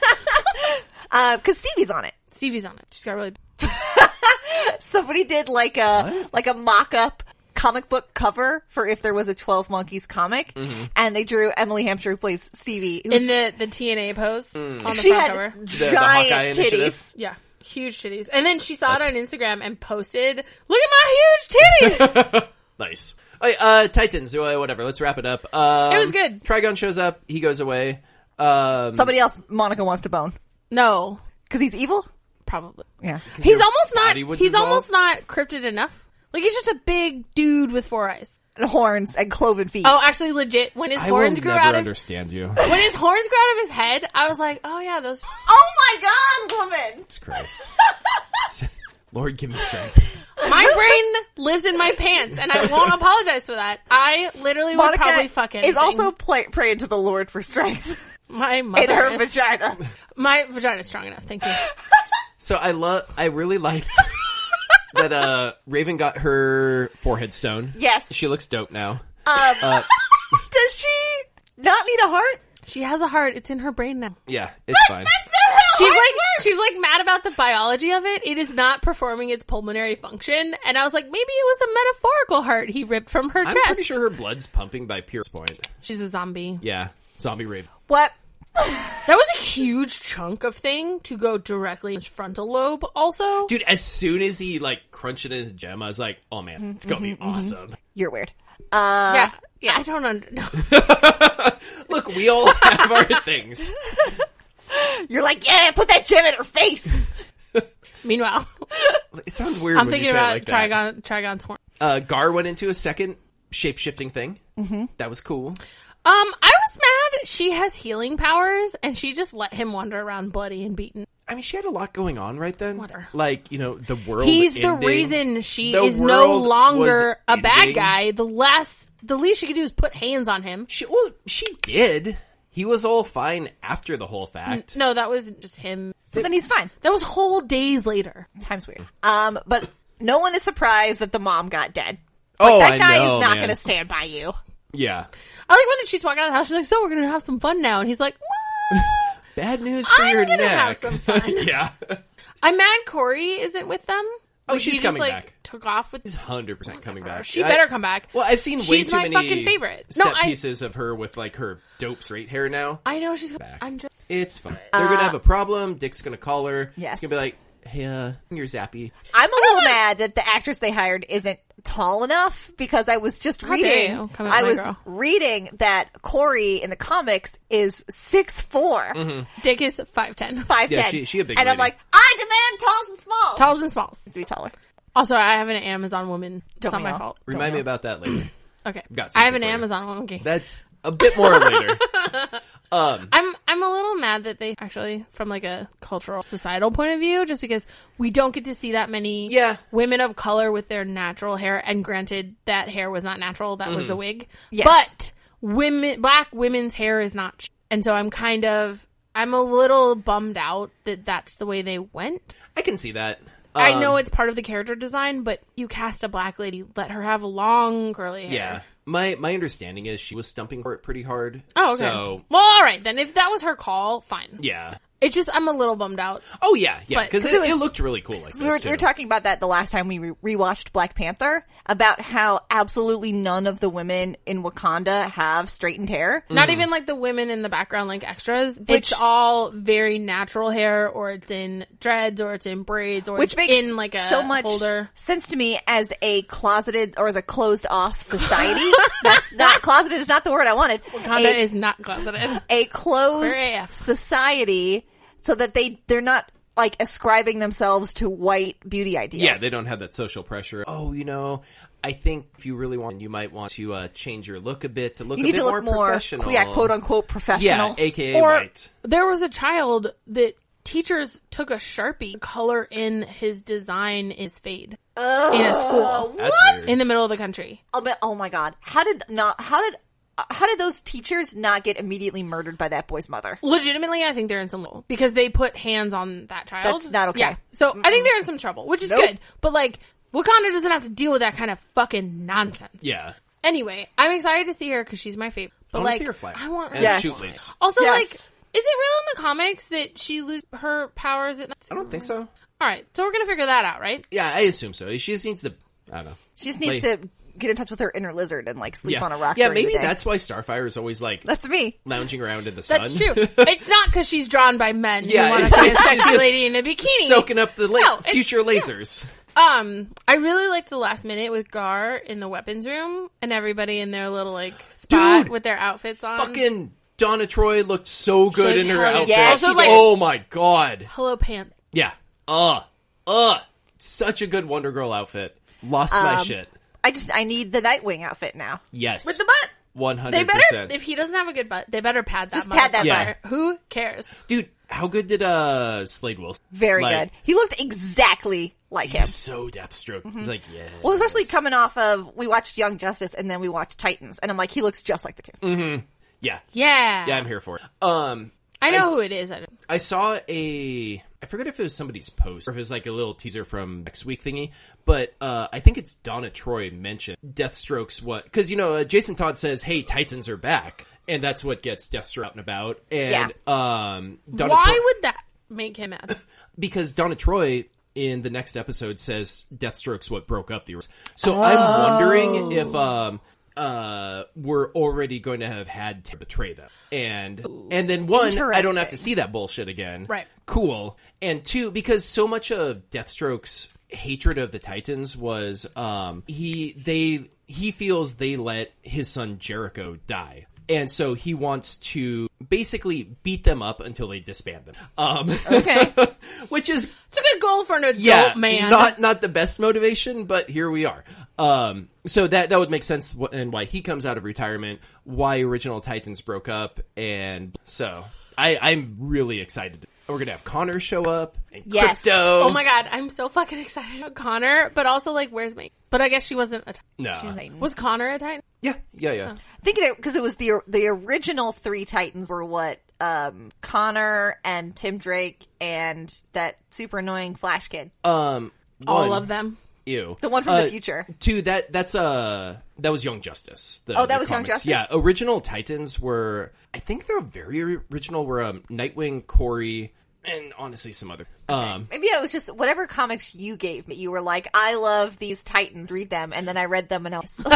C: because uh, Stevie's on it.
B: Stevie's on it. She's got really.
C: somebody did like a like a mock-up comic book cover for if there was a 12 monkeys comic and they drew emily hampshire who plays stevie who's,
B: in the the TNA pose
A: Hmm.
B: on the
C: she
B: front
C: had
B: cover.
A: Hawkeye
C: giant
A: initiative.
C: titties
B: Yeah, huge titties. And then she saw it on Instagram and posted, "Look at my huge titties."
A: Nice. Alright, uh, Titans, uh, whatever. Let's wrap it up. Um,
B: It was good.
A: Trigon shows up. He goes away. Um,
C: somebody else monica wants to bone
B: no,
C: because he's evil
B: probably.
C: yeah
B: He's almost not.
A: body would
B: He's
A: dissolve?
B: almost not cryptid enough. Like he's just a big dude with four eyes.
C: and horns and cloven feet
B: Oh, actually, legit. When his
A: I will
B: horns grew
A: never
B: out of
A: understand you.
B: when his horns grew out of his head, I was like, "Oh yeah, those."
C: Oh my god woman
A: Jesus Christ. Lord, give me strength.
B: My brain lives in my pants, and I won't apologize for that. I literally would probably fuck
C: monica
B: anything.
C: is also play, praying to the lord for strength
B: my
C: in
B: mother.
C: her
B: is-
C: vagina
B: my vagina's strong enough. Thank you.
A: So I love. I really liked that. Uh, Raven got her forehead stone.
C: Yes.
A: she looks dope now.
C: Does she not need a heart?
B: She has a heart. It's in her brain now.
A: Yeah, it's fine.
B: She's like she's like mad about the biology of it. It is not performing its pulmonary function. And I was like, maybe it was a metaphorical heart he ripped from her
A: I'm
B: chest.
A: pretty sure her blood's pumping by pure point.
B: She's a zombie.
A: Yeah, zombie rave.
C: What?
B: That was a huge chunk of thing to go directly in his frontal lobe. Also,
A: Dude, as soon as he like crunched it into Gem, I was like, oh man, it's gonna be
B: Mm-hmm,
A: awesome.
C: You're weird. Uh,
B: yeah, yeah, I don't under. No.
A: Look, we all have our things.
C: You're like, yeah, put that gem in her face.
B: Meanwhile,
A: It sounds weird
B: I'm
A: when you
B: thinking
A: say
B: about
A: it like that.
B: Trigon Trigon's horn.
A: Uh, Gar went into a second shape shifting thing. Mm-hmm. That was cool.
B: Um, I was mad. She has healing powers, and she just let him wander around bloody and beaten.
A: I mean, she had a lot going on right then.
B: Whatever.
A: Like, you know, the world.
B: He's the
A: Oh, ending.
B: reason she
A: The
B: is no
A: world was
B: longer a bad
A: ending.
B: guy. The last, the least she could do is put hands on him.
A: She, well, she did. He was all fine after the whole fact.
B: No, that was just him.
C: So then he's fine.
B: That was whole days later.
C: Time's weird. Um, but no one is surprised that the mom got dead.
A: oh,
C: that
A: I
C: guy
A: know,
C: is not
A: man.
C: going to stand by you.
A: Yeah.
B: I like when she's walking out of the house. She's like, "So we're gonna have some fun now," and he's like, "What?"
A: Bad news for
B: I'm
A: your
B: gonna
A: neck.
B: have some fun.
A: yeah.
B: I'm mad Corey isn't with them.
A: Oh,
B: Like,
A: she's
B: he just,
A: coming
B: like,
A: back.
B: Took off with
A: She's 100% coming
B: her.
A: back.
B: She
A: I-
B: better come back.
A: Well, I've seen way
B: She's
A: too
B: my
A: many
B: fucking favorite. No,
A: set
B: I-
A: pieces of her with like her dope straight hair now.
B: I know she's. I'm just.
A: It's fine. They're gonna have a problem. Dick's gonna call her.
C: Uh, Yes.
A: He's gonna be like, "Hey, uh, you're zappy."
C: I'm a little mad that the actress they hired isn't tall enough because I was just
B: dare
C: reading.
B: you. Come at
C: I
B: my
C: was
B: girl.
C: reading that Corey in the comics is six
B: Dick is five ten.
C: five ten.
A: Yeah, she- she a big
C: and I'm
A: lady.
C: like, I demand talls and small.
B: Talls and smalls.
C: to be taller.
B: Also, I have an Amazon woman. It's
C: Don't
B: not
C: we
B: my
C: all?
B: fault.
A: Remind me about that later.
B: Okay,
A: Got
B: I have
A: something
B: an
A: for you.
B: Amazon woman. Okay.
A: That's a bit more later.
B: I'm I'm a little mad that they actually, from like a cultural societal point of view, just because we don't get to see that many
A: Yeah.
B: women of color with their natural hair. And granted, that hair was not natural; that
A: Mm.
B: was a wig.
C: Yes.
B: But women, black women's hair is not, sh- and so I'm kind of I'm a little bummed out that that's the way they went.
A: I can see that.
B: I
A: Um,
B: know it's part of the character design, but you cast a black lady, let her have long curly hair.
A: Yeah. My my understanding is she was stumping for it pretty hard.
B: Oh, okay.
A: So
B: well, all right then. If that was her call, fine.
A: yeah.
B: It's just I'm a little bummed out.
A: Oh yeah, yeah.
B: But-
A: Because
B: 'cause
A: it, it looked really cool. Like this
C: We were,
A: too.
C: we were talking about that the last time we re- rewatched Black Panther about how absolutely none of the women in Wakanda have straightened hair.
B: Not even like the women in the background, like extras.
C: Mm.
B: it's
C: Which-
B: all very natural hair, or it's in dreads, or it's in braids, or
C: Which
B: it's
C: makes
B: in like a
C: so much
B: holder.
C: sense to me as a closeted or as a closed off society. That's not closeted is not the word I wanted.
B: Honda
C: a,
B: is not closeted.
C: a closed
B: Queer AF.
C: society so that they they're not like ascribing themselves to white beauty ideals.
A: Yeah, they don't have that social pressure. Oh, you know, I think if you really want, you might want to uh, change your look a bit to look
C: You
A: a
C: need
A: bit
C: to look
A: more
C: more,
A: professional.
C: yeah, quote unquote
A: Yeah,
C: professional.
A: aka
B: Or
A: white.
B: there was a child that teachers took a sharpie color in his design is fade in a school
A: That's weird.
B: in the middle of the country.
C: Oh, but- oh my god! How did not? How did? uh, How did those teachers not get immediately murdered by that boy's mother?
B: Legitimately, I think they're in some trouble because they put hands on that child.
C: That's not okay.
B: Yeah. So I think they're in some trouble, which is
C: Nope.
B: good. But like, Wakanda doesn't have to deal with that kind of fucking nonsense.
A: yeah.
B: Anyway, I'm excited to see her because she's my favorite. But
A: I want
B: like,
A: to see her flat.
B: I want.
A: and
C: Yes.
A: shoot lace.
B: Also,
C: Yes.
B: like, is it real in the comics that she loses her powers at night?
A: I don't think so.
B: All right, so we're gonna figure that out, right?
A: Yeah, I assume so. She just needs to. I don't know.
C: She just needs to get in touch with her inner lizard and like sleep
A: Yeah,
C: on a rock.
A: yeah.
C: during the
A: Maybe
C: day.
A: that's why Starfire is always like
C: that's me.
A: lounging around in the sun.
B: That's true. it's not because she's drawn by men.
A: Yeah,
B: Yeah, want
A: it's-
B: to see a
A: it's
B: sexy
A: just
B: lady in a bikini.
A: Soaking up the la-
B: No, it's-
A: future lasers.
B: um, I really liked the last minute with Gar in the weapons room and everybody in their little like spot
A: Dude!
B: with their outfits on.
A: Fucking Donna Troy looked so good
B: She
A: in her
B: had-
A: outfit.
C: Yeah, Also, she
B: like- did.
A: oh my god.
B: Hello, pants.
A: Yeah. Uh. Uh. Such a good Wonder Girl outfit. Lost my
C: Um,
A: shit.
C: I just I need the Nightwing outfit now.
A: Yes.
B: With the butt.
A: One
B: They
A: hundred
B: better,
A: percent.
B: if he doesn't have a good butt, they better pad that.
C: Just pad that
A: Yeah.
B: motherfucker. Who cares?
A: Dude, how good did uh Slade Wilson?
C: Very
A: Like,
C: good. He looked exactly like him.
A: So Deathstroke.
B: Mm-hmm.
A: He's like, yeah.
C: Well, especially coming off of we watched Young Justice and then we watched Titans, and I'm like, he looks just like the 2
A: yeah.
B: Yeah.
A: Yeah, I'm here for it. Um,
B: I know
A: I
B: who
A: s-
B: it is. I don't-
A: I saw a I forget if it was somebody's post or if it was like a little teaser from next week thingy, but uh, I think it's Donna Troy mentioned Deathstroke's what because you know uh, Jason Todd says, "Hey, Titans are back," and that's what gets Deathstroke out and about. And um, Donna
B: Why
A: Troy-
B: would that make him mad?
A: because Donna Troy in the next episode says Deathstroke's what broke up the. So
B: Oh.
A: I'm wondering if um uh we're already going to have had to betray them and and then one I don't have to
C: Interesting.
A: see that bullshit again
B: Right.
A: cool and two because so much of Deathstroke's hatred of the Titans was um he they he feels they let his son Jericho die. And so he wants to basically beat them up until they disband them. Um,
B: Okay.
A: which is
B: It's a good goal for an adult
A: yeah,
B: man.
A: not not the best motivation, but here we are. Um, so that that would make sense, wh- and why he comes out of retirement, why original Titans broke up, and so I, I'm really excited. We're gonna have Connor show up and
C: Yes.
A: crypto.
B: oh my god, I'm so fucking excited about Connor, but also like, where's my? But I guess she wasn't a. Titan.
A: no,
C: She's like,
B: Was Connor a Titan?
A: yeah, yeah, yeah.
C: I think because it was the the original three Titans were what um, Connor and Tim Drake and that super annoying Flash kid,
A: Um,
B: All
C: Oh,
A: one-
B: of them.
A: Ew.
C: the one from
A: Uh,
C: the future.
A: Two that that's uh that was Young Justice. the-
C: Oh, that
A: the
C: was Young
A: comics.
C: Justice?
A: Yeah, original Titans were I think they're very original. Were um, Nightwing, Corey, and honestly some other. Um,
C: Maybe it was just whatever comics you gave me. You were like, I love these Titans, read them, and then I read them and I was
A: boo.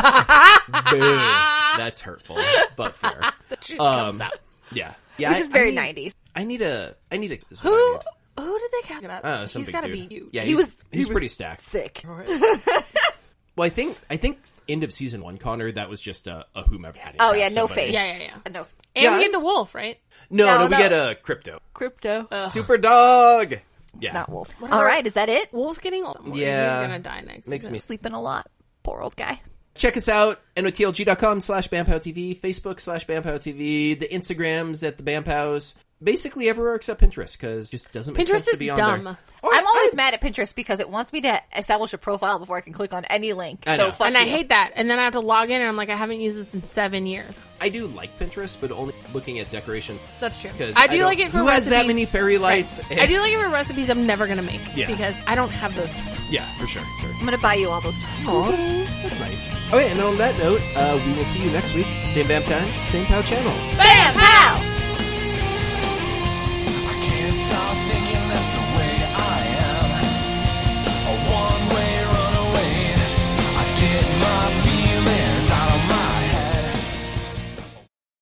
A: that's hurtful, but fair.
B: The truth
A: Um,
B: comes out.
A: yeah, yeah.
C: which
A: I-
C: is very
A: I need-
C: nineties.
A: I need a. I need a. is what I
B: Who?
A: need.
B: Who did they catch up?
A: Uh, some
B: He's
A: big
B: got to be
A: dude.
B: huge.
A: Yeah,
C: He
A: he's,
C: was- he
A: He's
C: was-
A: pretty stacked.
C: Sick.
A: Well, I think. I think end of season one, Connor. That was just a, a whomever had it.
C: Oh
A: past
C: yeah, no
A: somebody.
C: face.
B: Yeah, yeah, yeah.
C: Uh, No
B: And
A: Yeah.
B: we get the wolf, right?
A: No,
C: No,
A: no, we
C: no.
A: get a crypto
C: crypto.
A: super dog. Yeah,
C: It's not wolf.
B: are-
C: All right, is that it?
B: Wolf's getting old.
A: Yeah.
B: He's gonna die next.
A: makes me
C: Sleeping a lot. Poor old guy.
A: Check us out, notlg.com slash BamPowTV, Facebook slash BamPowTV, the Instagrams at the BamPows, basically everywhere except Pinterest, because it just doesn't make
B: Pinterest
A: sense to be
B: is
A: on
B: dumb.
A: there.
C: I'm always mad at Pinterest because it wants me to establish a profile before I can click on any link.
A: I
C: so
A: know.
C: fuck
B: and I
C: you.
B: hate that. And then I have to log in, and I'm like, I haven't used this in seven years.
A: I do like Pinterest, but only looking at decoration.
B: That's true.
A: 'cause
B: I do
A: don't-
B: like it for
A: Who
B: recipes.
A: has that many fairy lights?
B: I do like it for recipes I'm never gonna make
A: Yeah.
B: because I don't have those. tools.
A: Yeah, for sure. sure.
C: I'm gonna buy you all those.
A: That's nice. Okay, and on that note, uh, we will see you next week. Same BAM time, same POW channel.
B: Bam! pow!